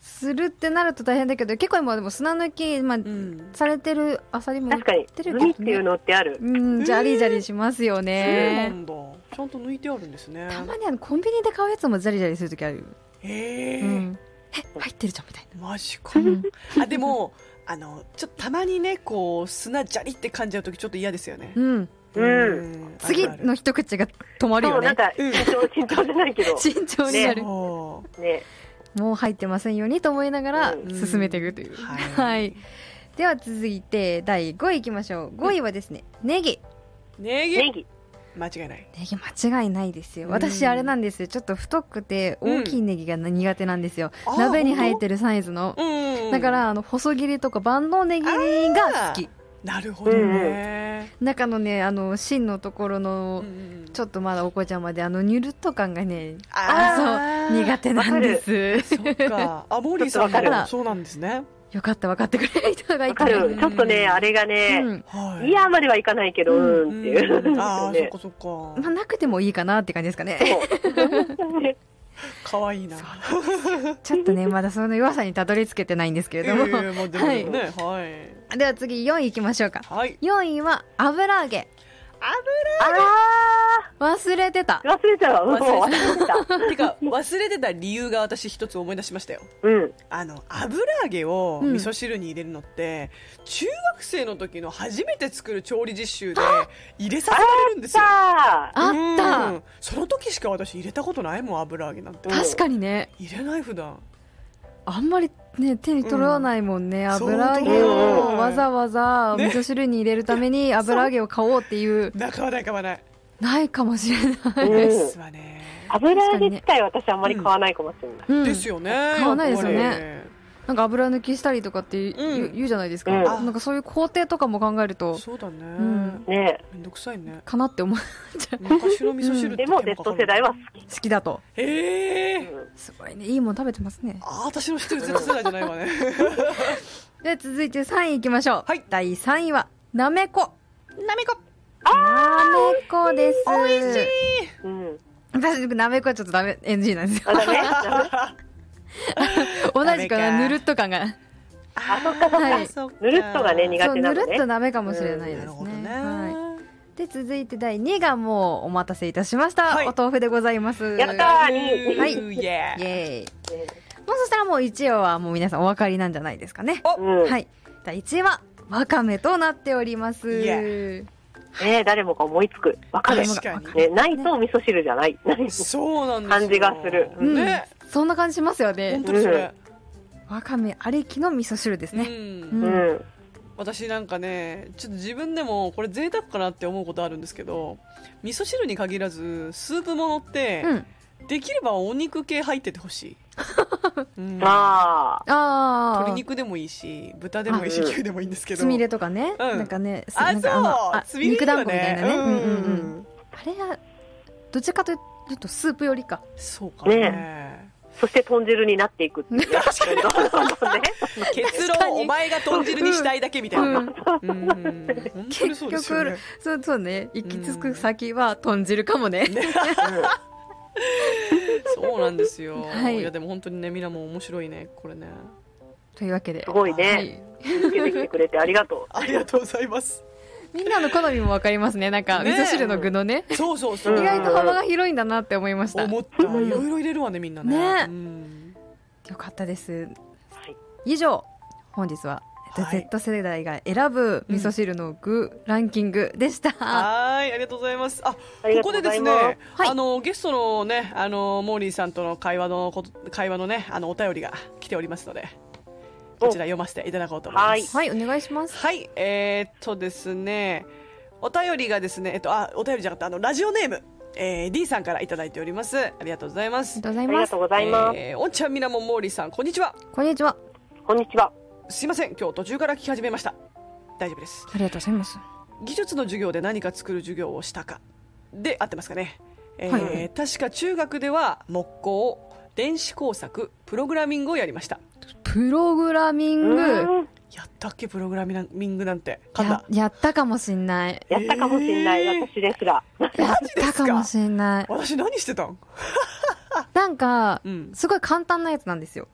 [SPEAKER 2] するってなると大変だけど結構今でも砂抜き、まあ
[SPEAKER 1] うん。
[SPEAKER 2] されてるアサリも売っ
[SPEAKER 3] 確かに。
[SPEAKER 2] て
[SPEAKER 3] グ
[SPEAKER 2] る
[SPEAKER 3] ミっ
[SPEAKER 2] け
[SPEAKER 3] て
[SPEAKER 2] ど、
[SPEAKER 3] いう
[SPEAKER 2] ね、
[SPEAKER 3] のってある。
[SPEAKER 2] うんジャリジャリしますよ
[SPEAKER 1] そう
[SPEAKER 2] ね
[SPEAKER 1] な、んだ。ちゃんと抜いてあるんですね。
[SPEAKER 2] たまにあのコンビニで買うやつもジャリジャリするときあるよ、
[SPEAKER 1] ええ
[SPEAKER 2] う。ん、え入ってるじゃんみたい
[SPEAKER 1] マジか。あでもあのちょっとたまにねこう砂じゃりって感じの時ちょっと嫌ですよね。
[SPEAKER 2] な、うん、
[SPEAKER 3] うん
[SPEAKER 2] 次
[SPEAKER 1] あるあ
[SPEAKER 2] の一口が止まる
[SPEAKER 3] そ
[SPEAKER 2] よ
[SPEAKER 3] う、な
[SPEAKER 2] ね
[SPEAKER 3] んか、
[SPEAKER 1] うん
[SPEAKER 3] 慎重、慎重じゃない けど。
[SPEAKER 2] 慎重にな
[SPEAKER 1] る
[SPEAKER 2] る、
[SPEAKER 1] そ
[SPEAKER 3] ね。
[SPEAKER 2] もう入ってませんようにと思いながら
[SPEAKER 1] う
[SPEAKER 2] 進めていくという、
[SPEAKER 1] ん
[SPEAKER 2] はいでは続いて第5位いきましょう5位はですね、ネギ
[SPEAKER 1] ネギ
[SPEAKER 3] ネギ。
[SPEAKER 1] 間違いない。
[SPEAKER 2] ネギ間違いないですよ
[SPEAKER 1] うん
[SPEAKER 2] 私あれなんですよちょっと太くて大きいネギが苦手なんですよ、
[SPEAKER 1] あー
[SPEAKER 2] 鍋に入ってるサイズの
[SPEAKER 1] うん。
[SPEAKER 2] だからあの細切りとか万能ネギが好き
[SPEAKER 1] なるほどね。
[SPEAKER 2] 中のねあの芯のところのちょ
[SPEAKER 1] ょっ
[SPEAKER 2] っとまだお子ちゃまであのニュルッと感がね
[SPEAKER 1] と
[SPEAKER 2] あそう苦手なんです
[SPEAKER 1] そっか。あモーリーさん
[SPEAKER 3] ちょっとわ
[SPEAKER 2] か
[SPEAKER 1] も
[SPEAKER 2] る
[SPEAKER 1] そうなんですね。
[SPEAKER 2] よかった分かってくれる人が
[SPEAKER 3] わ
[SPEAKER 2] い
[SPEAKER 3] か
[SPEAKER 2] た
[SPEAKER 3] る。ちょっと
[SPEAKER 1] う
[SPEAKER 3] ね、
[SPEAKER 1] ん
[SPEAKER 3] あれがね、
[SPEAKER 2] ん
[SPEAKER 1] はい。
[SPEAKER 3] いやまではいかないけど、う
[SPEAKER 1] うん
[SPEAKER 3] ってい
[SPEAKER 1] ん。
[SPEAKER 3] う。
[SPEAKER 1] ああそっ
[SPEAKER 3] ね
[SPEAKER 1] かそっ
[SPEAKER 2] まあ、
[SPEAKER 1] か。
[SPEAKER 2] なくてもいいかなって感じですかね
[SPEAKER 3] ね
[SPEAKER 1] 可愛いな。
[SPEAKER 2] ちょっとねまだその弱さにたどり着けてないんですけれども、
[SPEAKER 1] いやいやいやまあでもねはい
[SPEAKER 2] では次4位いきましょうか
[SPEAKER 1] はい。
[SPEAKER 2] 4位は油揚げ
[SPEAKER 3] あ
[SPEAKER 2] 忘れてた
[SPEAKER 3] ー、忘れちゃう。もう忘れてた。
[SPEAKER 1] てか忘れてた理由が私一つ思い出しましたよ。
[SPEAKER 3] うん。
[SPEAKER 1] あの油揚げを味噌汁に入れるのって、中学生の時の初めて作る調理実習で入れさせられるんですよ。
[SPEAKER 3] さあ、
[SPEAKER 2] あった
[SPEAKER 1] うんその時しか私入れたことないもん油揚げなんて
[SPEAKER 3] うん
[SPEAKER 2] 確かにね
[SPEAKER 1] 入れない普段
[SPEAKER 2] あんまりね手に取らないもんね、
[SPEAKER 1] ん
[SPEAKER 2] 油揚げをわざわざ味噌汁に入れるために油揚げを買おうっていう、
[SPEAKER 1] 仲はない買わない
[SPEAKER 2] ないかもしれな
[SPEAKER 3] う
[SPEAKER 2] い、
[SPEAKER 1] で
[SPEAKER 3] ん
[SPEAKER 1] すわね、
[SPEAKER 3] 油揚げ自体私あんまり買わないかもしれない。
[SPEAKER 2] うん
[SPEAKER 1] ですよね
[SPEAKER 2] 買わないですよね
[SPEAKER 1] やっぱり
[SPEAKER 2] なんか油抜きしたりとかって言う,、
[SPEAKER 1] うん
[SPEAKER 2] 言うじゃないですか、
[SPEAKER 3] うん
[SPEAKER 2] なんかそういう工程とかも考えると
[SPEAKER 1] そうだね、
[SPEAKER 2] ん
[SPEAKER 3] ね
[SPEAKER 1] めんどくさいね
[SPEAKER 2] かなって思う
[SPEAKER 1] 昔の味噌汁って
[SPEAKER 3] でも、
[SPEAKER 1] 手
[SPEAKER 3] Z
[SPEAKER 1] 間かかる
[SPEAKER 3] 世代は好き。
[SPEAKER 2] 好きだと
[SPEAKER 1] ええー
[SPEAKER 3] うん
[SPEAKER 2] すごいねいいもん食べてますね
[SPEAKER 1] あー私の知ってる Z 世代じゃないわね
[SPEAKER 2] では続いて3位いきましょう、
[SPEAKER 1] はい
[SPEAKER 2] 第3位はなめこ
[SPEAKER 1] なめこ
[SPEAKER 2] なめこです
[SPEAKER 1] おいしい
[SPEAKER 3] うん。
[SPEAKER 2] 私なめこはちょっとダメ NG なんですよ
[SPEAKER 3] あ、だね。
[SPEAKER 2] 同
[SPEAKER 1] メか
[SPEAKER 2] じくあのぬるっと感が
[SPEAKER 1] あ
[SPEAKER 3] そっかそっかぬるっとがね苦手
[SPEAKER 2] そうぬ
[SPEAKER 3] なの
[SPEAKER 2] る
[SPEAKER 3] ね
[SPEAKER 2] っとダメかもしれないで
[SPEAKER 1] な
[SPEAKER 2] すね,、
[SPEAKER 1] るほどね、
[SPEAKER 2] はいで続いて第2位がもうお待たせいたしました、
[SPEAKER 1] はい
[SPEAKER 2] お豆腐でございます
[SPEAKER 3] やったーに
[SPEAKER 1] は
[SPEAKER 2] はいい
[SPEAKER 1] イエ
[SPEAKER 2] イ
[SPEAKER 1] ーイ
[SPEAKER 2] エーイもうそしたらもう1位はもう皆さんお分かりなんじゃないですかね
[SPEAKER 1] お
[SPEAKER 3] うん。
[SPEAKER 2] はい第1位はわかめとなっております
[SPEAKER 1] イ
[SPEAKER 2] で
[SPEAKER 3] ねえ誰もが思いつく分かる、
[SPEAKER 1] 確かに
[SPEAKER 3] ね、ないとお味噌汁じゃない、
[SPEAKER 1] そうなんですよ
[SPEAKER 3] 感じがする
[SPEAKER 2] うん
[SPEAKER 1] ね、
[SPEAKER 2] そんな感じしますよね
[SPEAKER 1] 本。当にそれ、
[SPEAKER 2] わかめありきの味噌汁です
[SPEAKER 1] うん
[SPEAKER 2] ね。
[SPEAKER 3] う
[SPEAKER 2] うん
[SPEAKER 3] ん、
[SPEAKER 1] 私なんかねちょっと自分でもこれ贅沢かなって思うことあるんですけど味噌汁に限らずスープものって、
[SPEAKER 2] うん。
[SPEAKER 1] できればお肉系入っててほ しい、うん
[SPEAKER 3] ああ
[SPEAKER 2] あ
[SPEAKER 1] 鶏
[SPEAKER 2] あ。
[SPEAKER 1] 肉でもいいし豚でもいいし
[SPEAKER 3] あうん
[SPEAKER 1] 牛でもいいんですけど
[SPEAKER 2] つみれとかね。
[SPEAKER 1] うん
[SPEAKER 2] なんかね、す
[SPEAKER 1] あ
[SPEAKER 2] なんかの
[SPEAKER 1] そう
[SPEAKER 2] あ
[SPEAKER 1] つみれいいよね
[SPEAKER 2] 肉団子みたいなね。
[SPEAKER 1] う
[SPEAKER 2] うんん
[SPEAKER 1] うん
[SPEAKER 2] う
[SPEAKER 1] うん
[SPEAKER 2] んうん。あれが、どっちかというとスープよりか。
[SPEAKER 1] そうかね
[SPEAKER 3] そして豚汁になっていくっていう
[SPEAKER 1] 確かに
[SPEAKER 3] どんどんど んね
[SPEAKER 1] 結
[SPEAKER 2] 確か
[SPEAKER 1] 論
[SPEAKER 2] に
[SPEAKER 1] お前が豚汁にしたいだけみたいな、
[SPEAKER 2] うん
[SPEAKER 1] うん本当にそうですよね
[SPEAKER 2] そうそうね。行き着く先は豚汁かもね。
[SPEAKER 1] そうなんですよ、
[SPEAKER 2] はい
[SPEAKER 1] い、やでも本当にねミラも面白いねこれね
[SPEAKER 2] というわけで。
[SPEAKER 3] すごいね
[SPEAKER 2] はい
[SPEAKER 3] うん出てきてくれてありがと
[SPEAKER 1] ありがとうございます
[SPEAKER 2] みんなの好みもわかりますね。なんか、味
[SPEAKER 1] ねえ
[SPEAKER 2] 噌汁の具のね。
[SPEAKER 1] そうそうそう
[SPEAKER 3] う
[SPEAKER 2] 意
[SPEAKER 3] ん
[SPEAKER 2] 外と幅が広いんだなって思いました。
[SPEAKER 1] 思
[SPEAKER 2] よ
[SPEAKER 1] ったいろいろ入れるわねみんなね
[SPEAKER 2] ね
[SPEAKER 1] うん
[SPEAKER 2] かったです。
[SPEAKER 3] う、はい
[SPEAKER 2] 以上本日は、えっと
[SPEAKER 1] はい
[SPEAKER 2] Z 世代が選ぶ味噌汁の具、ランキングでした、
[SPEAKER 1] はーいありがとうございますあ
[SPEAKER 3] あり
[SPEAKER 1] こ
[SPEAKER 3] が
[SPEAKER 1] こでで
[SPEAKER 3] とうござ
[SPEAKER 1] す
[SPEAKER 3] います
[SPEAKER 1] ね、
[SPEAKER 2] はい
[SPEAKER 1] あのゲストのねあのモーリーさんとの会話のこと会話のねあのお便りが来ておりますのでこちら読ませていただこうと思います
[SPEAKER 2] はいお願いします
[SPEAKER 1] はい、えー、っとですね、お便りがですね、えっと、あ、お便りじゃなかった、あの、ラジオネーム、えー、D さんからいただいております。ありがとうございま
[SPEAKER 2] あ
[SPEAKER 1] す
[SPEAKER 2] り。がとうござ
[SPEAKER 3] あ
[SPEAKER 2] い
[SPEAKER 3] り
[SPEAKER 2] ま
[SPEAKER 3] が
[SPEAKER 2] す
[SPEAKER 3] とうございます、
[SPEAKER 1] えーおんちゃんみなもんもーりさん、こんにちは。
[SPEAKER 2] こんにちは
[SPEAKER 3] こんにちは
[SPEAKER 1] すいません、今日途中から聞き始めました。大丈夫です。
[SPEAKER 2] ありがとうございます
[SPEAKER 1] 技術の授業で何か作る授業をしたか。で、合ってますかね。えー
[SPEAKER 2] はいはい
[SPEAKER 1] 確か中学では木工、電子工作、プログラミングをやりました。
[SPEAKER 2] プログラミング
[SPEAKER 3] うん
[SPEAKER 1] やったっけ、プログラミングなんて。かんだ
[SPEAKER 2] や。やったかもしんない
[SPEAKER 3] やったかもしれない、
[SPEAKER 1] えー
[SPEAKER 3] 私ですら
[SPEAKER 2] やっ
[SPEAKER 1] ジです
[SPEAKER 2] た
[SPEAKER 1] か
[SPEAKER 2] かもしんない
[SPEAKER 1] 私何してたん
[SPEAKER 2] なんか、
[SPEAKER 1] うん
[SPEAKER 2] すごい簡単なやつなんですよ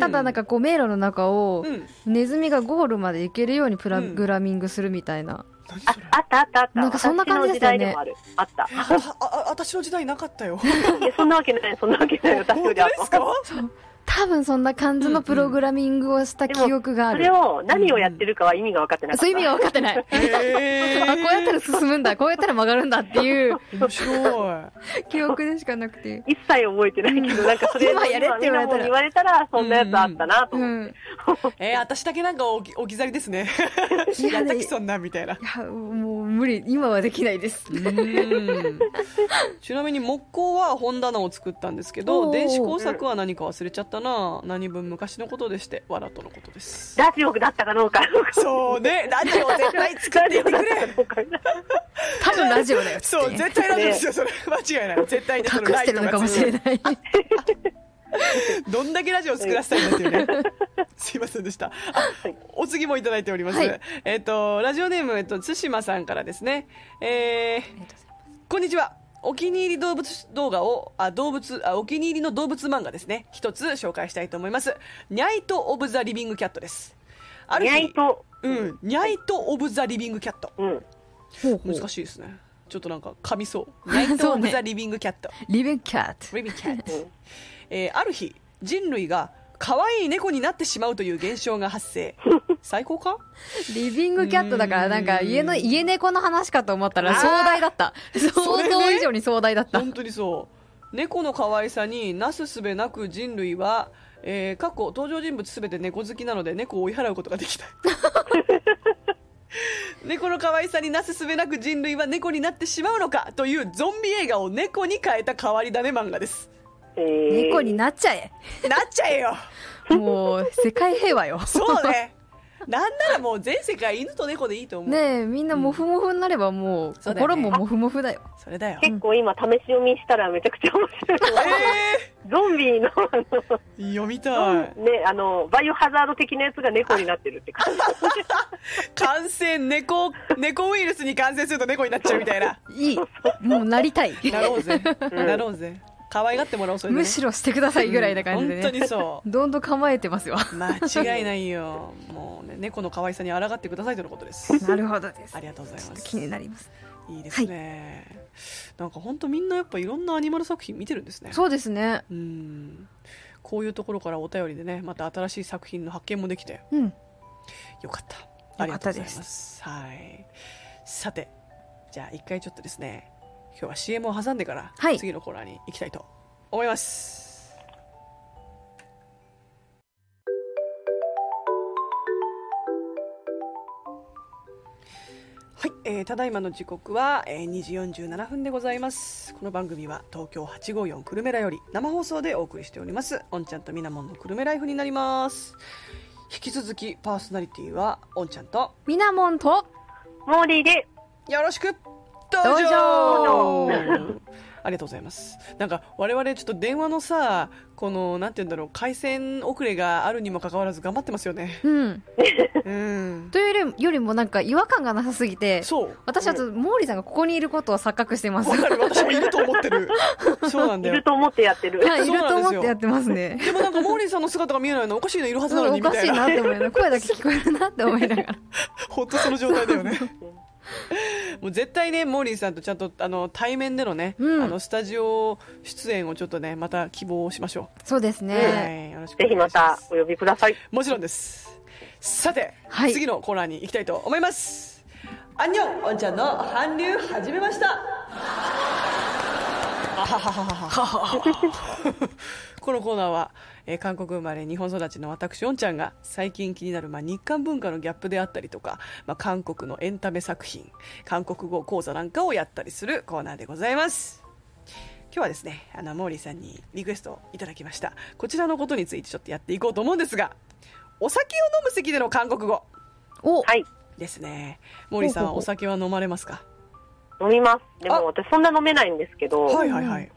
[SPEAKER 2] ただなんかこう迷路の中を、
[SPEAKER 1] うん。
[SPEAKER 2] ネズミがゴールまで行けるようにプログラミングするみたいな、
[SPEAKER 1] 何
[SPEAKER 3] あ
[SPEAKER 1] それ
[SPEAKER 3] あったあったあった
[SPEAKER 2] なんかそんな感じですよね
[SPEAKER 3] 私の時代でもあるあった
[SPEAKER 1] あああ私の時代なか ったよ。
[SPEAKER 3] いやそんなわけないそんなわけない私よ
[SPEAKER 1] 本当
[SPEAKER 3] りあっ
[SPEAKER 1] です
[SPEAKER 3] た
[SPEAKER 1] か
[SPEAKER 2] 多分そんな感じのプログラミングをした記憶があ
[SPEAKER 3] そ
[SPEAKER 2] る、
[SPEAKER 3] れを何をやってるかは意味が分かってなかった、
[SPEAKER 2] そういう意味が分かってない
[SPEAKER 1] へー
[SPEAKER 2] あこうやったら進むんだこうやったら曲がるんだっていう
[SPEAKER 1] 面白い。
[SPEAKER 2] 記憶でしかなくて
[SPEAKER 3] 一切覚えてないけど、なんかそれ
[SPEAKER 2] 今やれって言われたら
[SPEAKER 3] 今みんなも言われたら、そんなやつあったな
[SPEAKER 2] う
[SPEAKER 3] と思っ
[SPEAKER 2] ん
[SPEAKER 1] えー、私だけなんか置き置き去りですね。
[SPEAKER 2] いや
[SPEAKER 1] やった
[SPEAKER 2] ね
[SPEAKER 1] きそんなみたいな。
[SPEAKER 2] いやもう無理今はできないです
[SPEAKER 1] うーんちなみに木工は本棚を作ったんですけ
[SPEAKER 2] お
[SPEAKER 1] ど
[SPEAKER 2] ー
[SPEAKER 1] 電子工作は何か忘れちゃったな、何分昔のことでしてわらとのことです
[SPEAKER 3] て、ラジオだったかどうか。
[SPEAKER 1] そうねラジオ絶対作っていて くれ
[SPEAKER 2] 多分ラジオだよっつ
[SPEAKER 1] そ
[SPEAKER 2] っ
[SPEAKER 1] う
[SPEAKER 2] て
[SPEAKER 1] 絶対ラジオですよそれ間違いない絶対にそ
[SPEAKER 2] 隠
[SPEAKER 1] のラ
[SPEAKER 2] し
[SPEAKER 1] イ
[SPEAKER 2] て
[SPEAKER 1] トが
[SPEAKER 2] るのかもしれない
[SPEAKER 1] どんだけラジオ作らせたいんだっていうね。 すいませんでした。あ
[SPEAKER 3] はい
[SPEAKER 1] お次もいただいております。
[SPEAKER 2] はい
[SPEAKER 1] えっ、と、ラジオネーム、えっと、対馬さんからですね。えーこんにちは。お気に入り動物動画を、あ、動物、あ、お気に入りの動物漫画ですね。一つ紹介したいと思います。ニャイト・オブ・ザ・リビング・キャットです。あ
[SPEAKER 3] 意
[SPEAKER 1] 日
[SPEAKER 3] 外と、
[SPEAKER 1] うん。ニャイト・オブ・ザ・リビング・キャット。
[SPEAKER 3] うん。
[SPEAKER 1] 難しいですね。ちょっとなんか噛みそう。ニャイト・オブ・ザ・リビング・キャット。
[SPEAKER 2] リビングキャット
[SPEAKER 1] リビング・キャット。えーある日人類が可愛い猫になってしまうという現象が発生最高か
[SPEAKER 2] リビングキャットだからなんか家の家猫の話かと思った
[SPEAKER 1] あ
[SPEAKER 2] ら
[SPEAKER 1] ー
[SPEAKER 2] 壮大だった想
[SPEAKER 1] れね
[SPEAKER 2] 像以上に壮大だった
[SPEAKER 1] 本当にそう猫の可愛さになすすべなく人類は、えー過去登場人物すべて猫好きなので猫を追い払うことができない猫の可愛さになすすべなく人類は猫になってしまうのかというゾンビ映画を猫に変えた変わり種漫画です
[SPEAKER 3] えー
[SPEAKER 2] 猫になっちゃえ
[SPEAKER 1] なっちゃえよ
[SPEAKER 2] もう世界平 和よ
[SPEAKER 1] そうねなんならもう全世界犬と猫でいいと思う、
[SPEAKER 2] ねえみんなモフモフになればもう
[SPEAKER 1] そうだよね
[SPEAKER 2] 心もモフモフだよ
[SPEAKER 1] それだよ
[SPEAKER 3] 結構今、試し読みしたらめちゃくちゃ面白い。
[SPEAKER 1] えー
[SPEAKER 3] ゾンビの、あの
[SPEAKER 1] 読みたい
[SPEAKER 3] ね、あの、バイオハザード的なやつが猫になってるって感じ。
[SPEAKER 1] 感染猫猫ウイルスに感染すると猫になっちゃうみたいない
[SPEAKER 2] いも うなりたい
[SPEAKER 1] なろうぜなろうぜ可愛がってもらおうそれで、ね、
[SPEAKER 2] むしろしてくださいぐらいな感じでね、
[SPEAKER 1] 本当にそ
[SPEAKER 2] どんどん構えてますよ
[SPEAKER 1] う間違いないよもうね猫の可愛さに抗ってくださいとのことです
[SPEAKER 2] なるほどです
[SPEAKER 1] ありがとうございま
[SPEAKER 2] 気
[SPEAKER 1] す
[SPEAKER 2] になります
[SPEAKER 1] いいですね、なんか本当みんなやっぱいろんなアニマル作品見てるんですね
[SPEAKER 2] そうですね
[SPEAKER 1] うんこういうところからお便りでねまた新しい作品の発見もできて
[SPEAKER 2] うん
[SPEAKER 1] よかった。あり
[SPEAKER 2] よか
[SPEAKER 1] が
[SPEAKER 2] っ
[SPEAKER 1] と
[SPEAKER 2] た
[SPEAKER 1] うござ
[SPEAKER 2] で
[SPEAKER 1] い
[SPEAKER 2] す
[SPEAKER 1] ます。はい。さて、じゃあ一回ちょっとですね今日は CM を挟んでから、
[SPEAKER 2] はい
[SPEAKER 1] 次のコーナーに行きたいと思いますはい、えーただいまの時刻は、えー2時47分でございますこの番組は東京854久留米らより生放送でお送りしておりますおんちゃんとみなもんの久留米ライフになります引き続きパーソナリティはおんちゃんと
[SPEAKER 2] みなもんと、
[SPEAKER 3] モーリーで、
[SPEAKER 1] よろしく
[SPEAKER 2] 道場
[SPEAKER 1] ありがとうございますなんか我々ちょっと電話のさこのなんて言うんだろう回線遅れがあるにもかかわらず頑張ってますよね
[SPEAKER 2] うん。
[SPEAKER 1] うん
[SPEAKER 2] というよりよりもなんか違和感がなさすぎて、
[SPEAKER 1] そう
[SPEAKER 2] 私はちょっと、毛利さんがここにいることを錯覚してます。
[SPEAKER 1] わかる私もいると思ってるそうなん
[SPEAKER 3] い
[SPEAKER 1] だよ
[SPEAKER 3] ると思ってやってる。
[SPEAKER 2] はい、い
[SPEAKER 1] そう
[SPEAKER 2] ると
[SPEAKER 1] なんで
[SPEAKER 2] 思
[SPEAKER 1] すよ
[SPEAKER 2] ってやってますね。
[SPEAKER 1] でもなんかモーリーさんの姿が見えないのおかしいのいるはずなの
[SPEAKER 2] お
[SPEAKER 1] にみ
[SPEAKER 2] か
[SPEAKER 1] た
[SPEAKER 2] し
[SPEAKER 1] い
[SPEAKER 2] い
[SPEAKER 1] な
[SPEAKER 2] なって思いながら、声だけ聞こえるなって思いな がら。
[SPEAKER 1] ほっとその状態だよねもう絶対ねモーリーさんとちゃんとあの対面でのね、
[SPEAKER 2] うん
[SPEAKER 1] あのスタジオ出演をちょっとねまた希望しましょ
[SPEAKER 2] そうです
[SPEAKER 1] う、
[SPEAKER 2] ね。
[SPEAKER 1] はいよろしく
[SPEAKER 3] ぜ
[SPEAKER 1] お
[SPEAKER 3] ひ
[SPEAKER 1] 願
[SPEAKER 3] ま
[SPEAKER 1] いしま
[SPEAKER 3] た
[SPEAKER 1] す
[SPEAKER 3] お呼びください。
[SPEAKER 1] もちろんですさて、
[SPEAKER 2] はい
[SPEAKER 1] 次のコーナーに行きたいと思いますアンニョンおんちゃんの韓流始めました あはははははこのコーナーは、えー韓国生まれ日本育ちの私おんちゃんが最近気になる、まあ、日韓文化のギャップであったりとか、まあ、韓国のエンタメ作品韓国語講座なんかをやったりするコーナーでございます今日はですねあのモーリーさんにリクエストをいただきましたこちらのことについてちょっとやっていこうと思うんですがお酒を飲む席での韓国語
[SPEAKER 2] お、
[SPEAKER 3] はい。
[SPEAKER 1] ですねモーリーさんは
[SPEAKER 2] ほうほうほ
[SPEAKER 1] お
[SPEAKER 2] う
[SPEAKER 1] 酒は飲まれますか
[SPEAKER 3] 飲みます。で
[SPEAKER 1] あ
[SPEAKER 3] も私そんな飲めないんですけど、
[SPEAKER 1] はいはいはい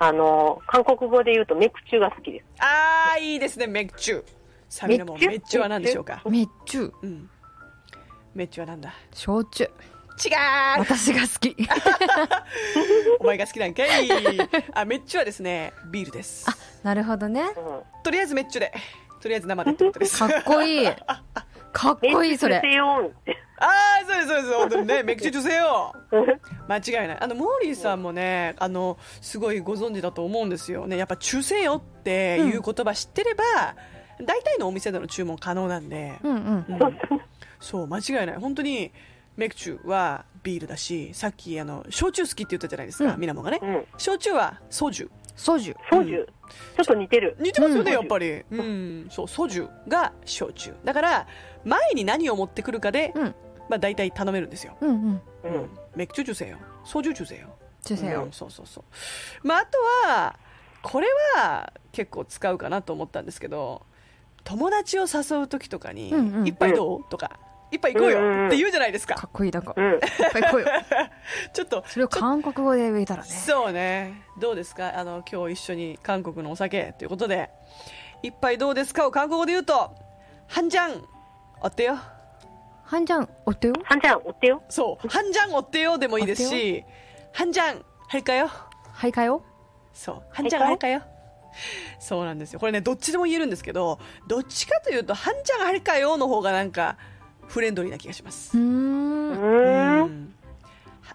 [SPEAKER 3] あの、韓国語で言うとメクチュが好きです。
[SPEAKER 1] あーいいですねメッチュサビのもんメ
[SPEAKER 3] メ
[SPEAKER 1] ッ
[SPEAKER 3] ッ
[SPEAKER 1] チ
[SPEAKER 3] チ
[SPEAKER 1] ュ
[SPEAKER 3] ュ
[SPEAKER 1] は何でしょうか
[SPEAKER 2] めちゅう、
[SPEAKER 1] うんメッチュはなんだ
[SPEAKER 2] 焼酎。
[SPEAKER 1] 違う
[SPEAKER 2] 私が好 き。
[SPEAKER 1] お前が好きなんかいあメッチュはですねビールです
[SPEAKER 2] なるほどね。
[SPEAKER 3] うん。
[SPEAKER 1] とりあえずメッチュでとりあえず生でってことです
[SPEAKER 2] かっこいい。かっ
[SPEAKER 3] メ
[SPEAKER 2] こい
[SPEAKER 3] ク
[SPEAKER 2] い、
[SPEAKER 3] チ
[SPEAKER 2] そ
[SPEAKER 3] ュ
[SPEAKER 2] れ。
[SPEAKER 3] せよって。
[SPEAKER 1] ああそうですそうです本当に ねめっちゃ女性よ間違いないあのモーリーさんもねあのすごいご存知だと思うんですよねやっぱ「中性よ」っていう言葉知ってれば、大体のお店での注文可能なんで、
[SPEAKER 2] うんうん。
[SPEAKER 1] うんそう間違いない本当にメクチュはビールだしさっきあの焼酎好きって言ったじゃないですか、
[SPEAKER 2] うん
[SPEAKER 1] みなもがね、
[SPEAKER 3] うん。
[SPEAKER 1] 焼酎はソジュ
[SPEAKER 2] ソジュ。
[SPEAKER 3] ソジュ。ちょっと似てる。
[SPEAKER 1] 似てますよね、
[SPEAKER 3] うん
[SPEAKER 1] やっぱり、うん、そうソジュが焼酎だから前に何を持ってくるかで、
[SPEAKER 2] うん
[SPEAKER 1] まあ、大体頼めるんですよ
[SPEAKER 2] うんうん。
[SPEAKER 3] う
[SPEAKER 1] うん
[SPEAKER 3] ん。、
[SPEAKER 1] 맥주주세요ソジュ주세요
[SPEAKER 2] 中世
[SPEAKER 1] う
[SPEAKER 2] よ
[SPEAKER 1] ん。そうそうそうまああとはこれは結構使うかなと思ったんですけど友達を誘う時とかに
[SPEAKER 2] うんう
[SPEAKER 1] 「
[SPEAKER 2] ん
[SPEAKER 1] 一杯どう?」とか「一杯行こうよ
[SPEAKER 3] うんうんう」ん
[SPEAKER 1] って言うじゃないですか
[SPEAKER 2] かっこいいだか
[SPEAKER 3] う
[SPEAKER 2] ら。
[SPEAKER 3] ん。
[SPEAKER 2] かっこいいよ。
[SPEAKER 1] ちょっと
[SPEAKER 2] それを韓国語で言えたらね。
[SPEAKER 1] そうねどうですかあの今日一緒に韓国のお酒ということで「一杯どうですか?」を韓国語で言うと「ハンジャンおってよ」
[SPEAKER 2] ハンジャン、おっとよ。
[SPEAKER 3] ハンちゃん、追ってよ。
[SPEAKER 1] そう「ハンジャンおってよ」でもいいですし「ハンジャンはいかよ」
[SPEAKER 2] はいかよ。
[SPEAKER 1] そう。ハンちゃんはるかよ。そうなんですよ。これね、どっちでも言えるんですけど、どっちかというと、ハンちゃんはるかよの方がなんか、フレンドリーな気がしま
[SPEAKER 2] う
[SPEAKER 1] す。
[SPEAKER 3] う
[SPEAKER 2] ーん。
[SPEAKER 1] う
[SPEAKER 3] ーん。
[SPEAKER 1] ん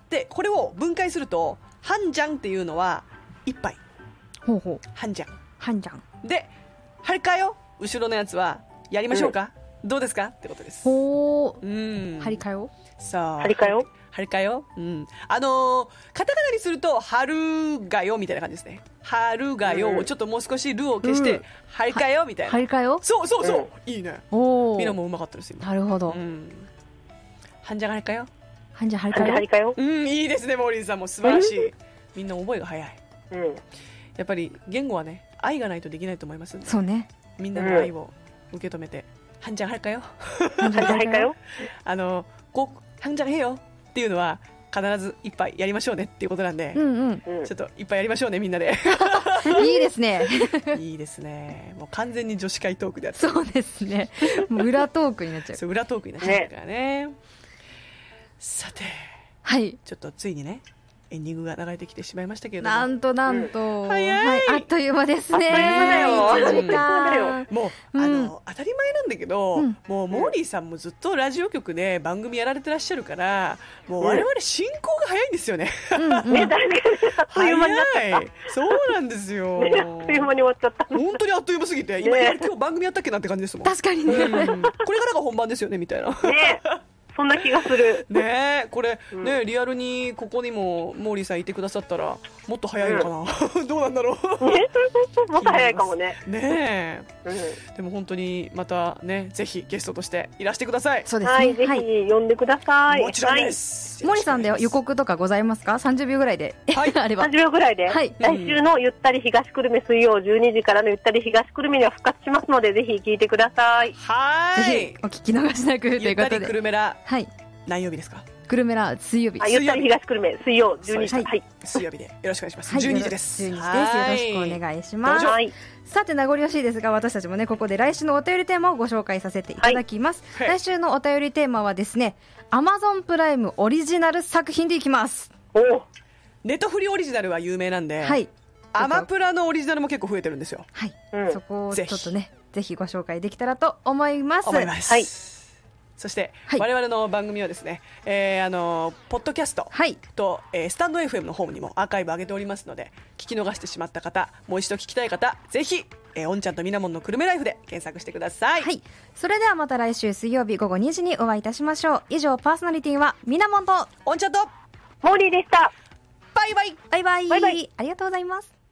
[SPEAKER 1] で、これを分解すると、ハンジャンっていうのは、一杯。
[SPEAKER 2] ほうほう。
[SPEAKER 1] ハンジャ
[SPEAKER 2] ハンジャン。
[SPEAKER 1] ン。で、はるかよ後ろのやつは、やりましょうか、どうですかってことです。
[SPEAKER 2] ほう。
[SPEAKER 1] うん。
[SPEAKER 2] はりかよ。
[SPEAKER 1] さあ。
[SPEAKER 3] はりかよ。
[SPEAKER 1] はるかよ。うん。あのーカタカナにすると、はるがよみたいな感じですね。はるがよをちょっともう少しるを消して、
[SPEAKER 2] うん
[SPEAKER 1] はるかよみたいな。
[SPEAKER 2] はりかよ。
[SPEAKER 1] そうそうそう、いいね。
[SPEAKER 2] おお
[SPEAKER 1] み。なもうまかったです、今。
[SPEAKER 2] なるほど
[SPEAKER 1] う。ん。はんじゃがれかよ。
[SPEAKER 2] ハンジャン、はり
[SPEAKER 3] ハ
[SPEAKER 2] か
[SPEAKER 3] ンちゃん、は
[SPEAKER 2] よ
[SPEAKER 3] り。かよ。
[SPEAKER 1] うん、いいですね、モーリーさんも素晴らしい。みんな覚えが早い。
[SPEAKER 3] うん。
[SPEAKER 1] やっぱり言語はね、愛がないとできないと思いますんで
[SPEAKER 2] そうね。
[SPEAKER 1] みんなの愛を受け止めて、はんじゃがれかよ。
[SPEAKER 2] ハンジ
[SPEAKER 3] ハンちゃん、はりか。よ。
[SPEAKER 1] あの、こう、はんじゃがへよっていうのは、必ず一杯やりましょうねっていうことなんで
[SPEAKER 2] う、んうん。
[SPEAKER 3] うん
[SPEAKER 1] ちょっ。といっぱいやりましょうね、みんなで。
[SPEAKER 2] いいですね。
[SPEAKER 1] いいですね。もう完全に女子会トークでやってた
[SPEAKER 2] そうですね。もう裏トークになっちゃう。
[SPEAKER 1] そう裏トークになっちゃうからね。さて、
[SPEAKER 2] はい。
[SPEAKER 1] ちょっとついにね、エンディングが流れてきてしまいましたけれども。
[SPEAKER 2] なんとなんと。
[SPEAKER 1] ん早い
[SPEAKER 2] はあっという間ですね。
[SPEAKER 1] っ
[SPEAKER 3] あ
[SPEAKER 1] という間だよ
[SPEAKER 2] 1時間。
[SPEAKER 1] もう、
[SPEAKER 2] うん
[SPEAKER 1] あの当たり前なんだけど、
[SPEAKER 2] うん
[SPEAKER 1] もうモーリーさんもずっとラジオ局で番組やられてらっしゃるからもう
[SPEAKER 3] うん
[SPEAKER 1] 我々進行が早いんですよね、
[SPEAKER 2] うんう
[SPEAKER 3] ね、
[SPEAKER 2] ん。
[SPEAKER 3] 誰か、あっという間になっちゃ
[SPEAKER 1] 早いそうなんですよ
[SPEAKER 3] った。ね、あっという間に終わっちゃった。
[SPEAKER 1] 本当にあっという間すぎて今
[SPEAKER 3] ね
[SPEAKER 1] 今日番組やったっけなって感じですもん、
[SPEAKER 2] 確かに
[SPEAKER 1] うん
[SPEAKER 2] ね。
[SPEAKER 1] これからが本番ですよねみたいな
[SPEAKER 3] ねそんな気がする。
[SPEAKER 1] ねえこれ、
[SPEAKER 3] うん
[SPEAKER 1] ねリアルにここにもモーリーさんいてくださったらもっと早いのかな、 どうなんだろ
[SPEAKER 3] ね、もっと早いかもね。
[SPEAKER 1] う ねえ
[SPEAKER 3] うん
[SPEAKER 1] でも本当にまたねぜひゲストとしていらしてください、
[SPEAKER 2] そうですね。
[SPEAKER 3] はい、ぜひ呼んでください。
[SPEAKER 1] もちろんで
[SPEAKER 3] は
[SPEAKER 1] す、
[SPEAKER 2] 森さんで
[SPEAKER 1] よ
[SPEAKER 2] 予告とかございますか30秒ぐらいで、
[SPEAKER 1] はい
[SPEAKER 2] あれば
[SPEAKER 3] い。30秒ぐらいで、
[SPEAKER 2] はい
[SPEAKER 3] 来週のゆったり東久留米水曜12時からのゆったり東久留米には復活しますので、ぜひ聞いてください。
[SPEAKER 1] はー
[SPEAKER 2] ぜ
[SPEAKER 1] い
[SPEAKER 2] ひお聞き逃しなくとい
[SPEAKER 1] ゆっ
[SPEAKER 2] う
[SPEAKER 1] た
[SPEAKER 2] こ
[SPEAKER 1] り
[SPEAKER 2] と
[SPEAKER 1] く
[SPEAKER 2] で
[SPEAKER 1] るめら
[SPEAKER 2] はい
[SPEAKER 1] 何曜日ですか
[SPEAKER 2] グルメラ水曜日
[SPEAKER 3] あ、
[SPEAKER 1] 水曜
[SPEAKER 3] ゆ
[SPEAKER 1] 日
[SPEAKER 3] ったり東久留米水曜12時。
[SPEAKER 2] は
[SPEAKER 3] はいい。
[SPEAKER 1] 水曜日でよろしくお願いします、
[SPEAKER 2] はい
[SPEAKER 1] 12時です
[SPEAKER 2] 12時
[SPEAKER 1] は
[SPEAKER 2] ですよろしくお願いしま
[SPEAKER 1] 登
[SPEAKER 2] す
[SPEAKER 1] 場
[SPEAKER 3] はい。
[SPEAKER 2] さて名残惜しいですが私たちもねここで来週のお便りテーマをご紹介させていただきます、
[SPEAKER 1] はい
[SPEAKER 2] 来週のお便りテーマはですね Amazon プライムオリジナル作品でいきます
[SPEAKER 3] おお、
[SPEAKER 1] ネットフリオリジナルは有名なんで、
[SPEAKER 2] はい
[SPEAKER 1] アマプラのオリジナルも結構増えてるんですよ
[SPEAKER 2] はい、
[SPEAKER 3] うん
[SPEAKER 2] そこをちょっとねぜひご紹介できたらと思います
[SPEAKER 1] 思います、
[SPEAKER 3] はい
[SPEAKER 1] そして、
[SPEAKER 2] はい
[SPEAKER 1] 我々の番組はですね、えーあのーポッドキャスト
[SPEAKER 2] はい
[SPEAKER 1] と、えースタンド FM の方にもアーカイブ上げておりますので聞き逃してしまった方もう一度聞きたい方ぜひ、えー、おんちゃんとみなもんのくるめライフで検索してください、
[SPEAKER 2] はい、それではまた来週水曜日午後2時にお会いいたしましょう以上パーソナリティはみなもんと
[SPEAKER 1] おんちゃんと
[SPEAKER 3] モーリーでした。
[SPEAKER 1] バイバイ
[SPEAKER 2] バイバイ
[SPEAKER 3] バイバイ
[SPEAKER 2] ありがとうございます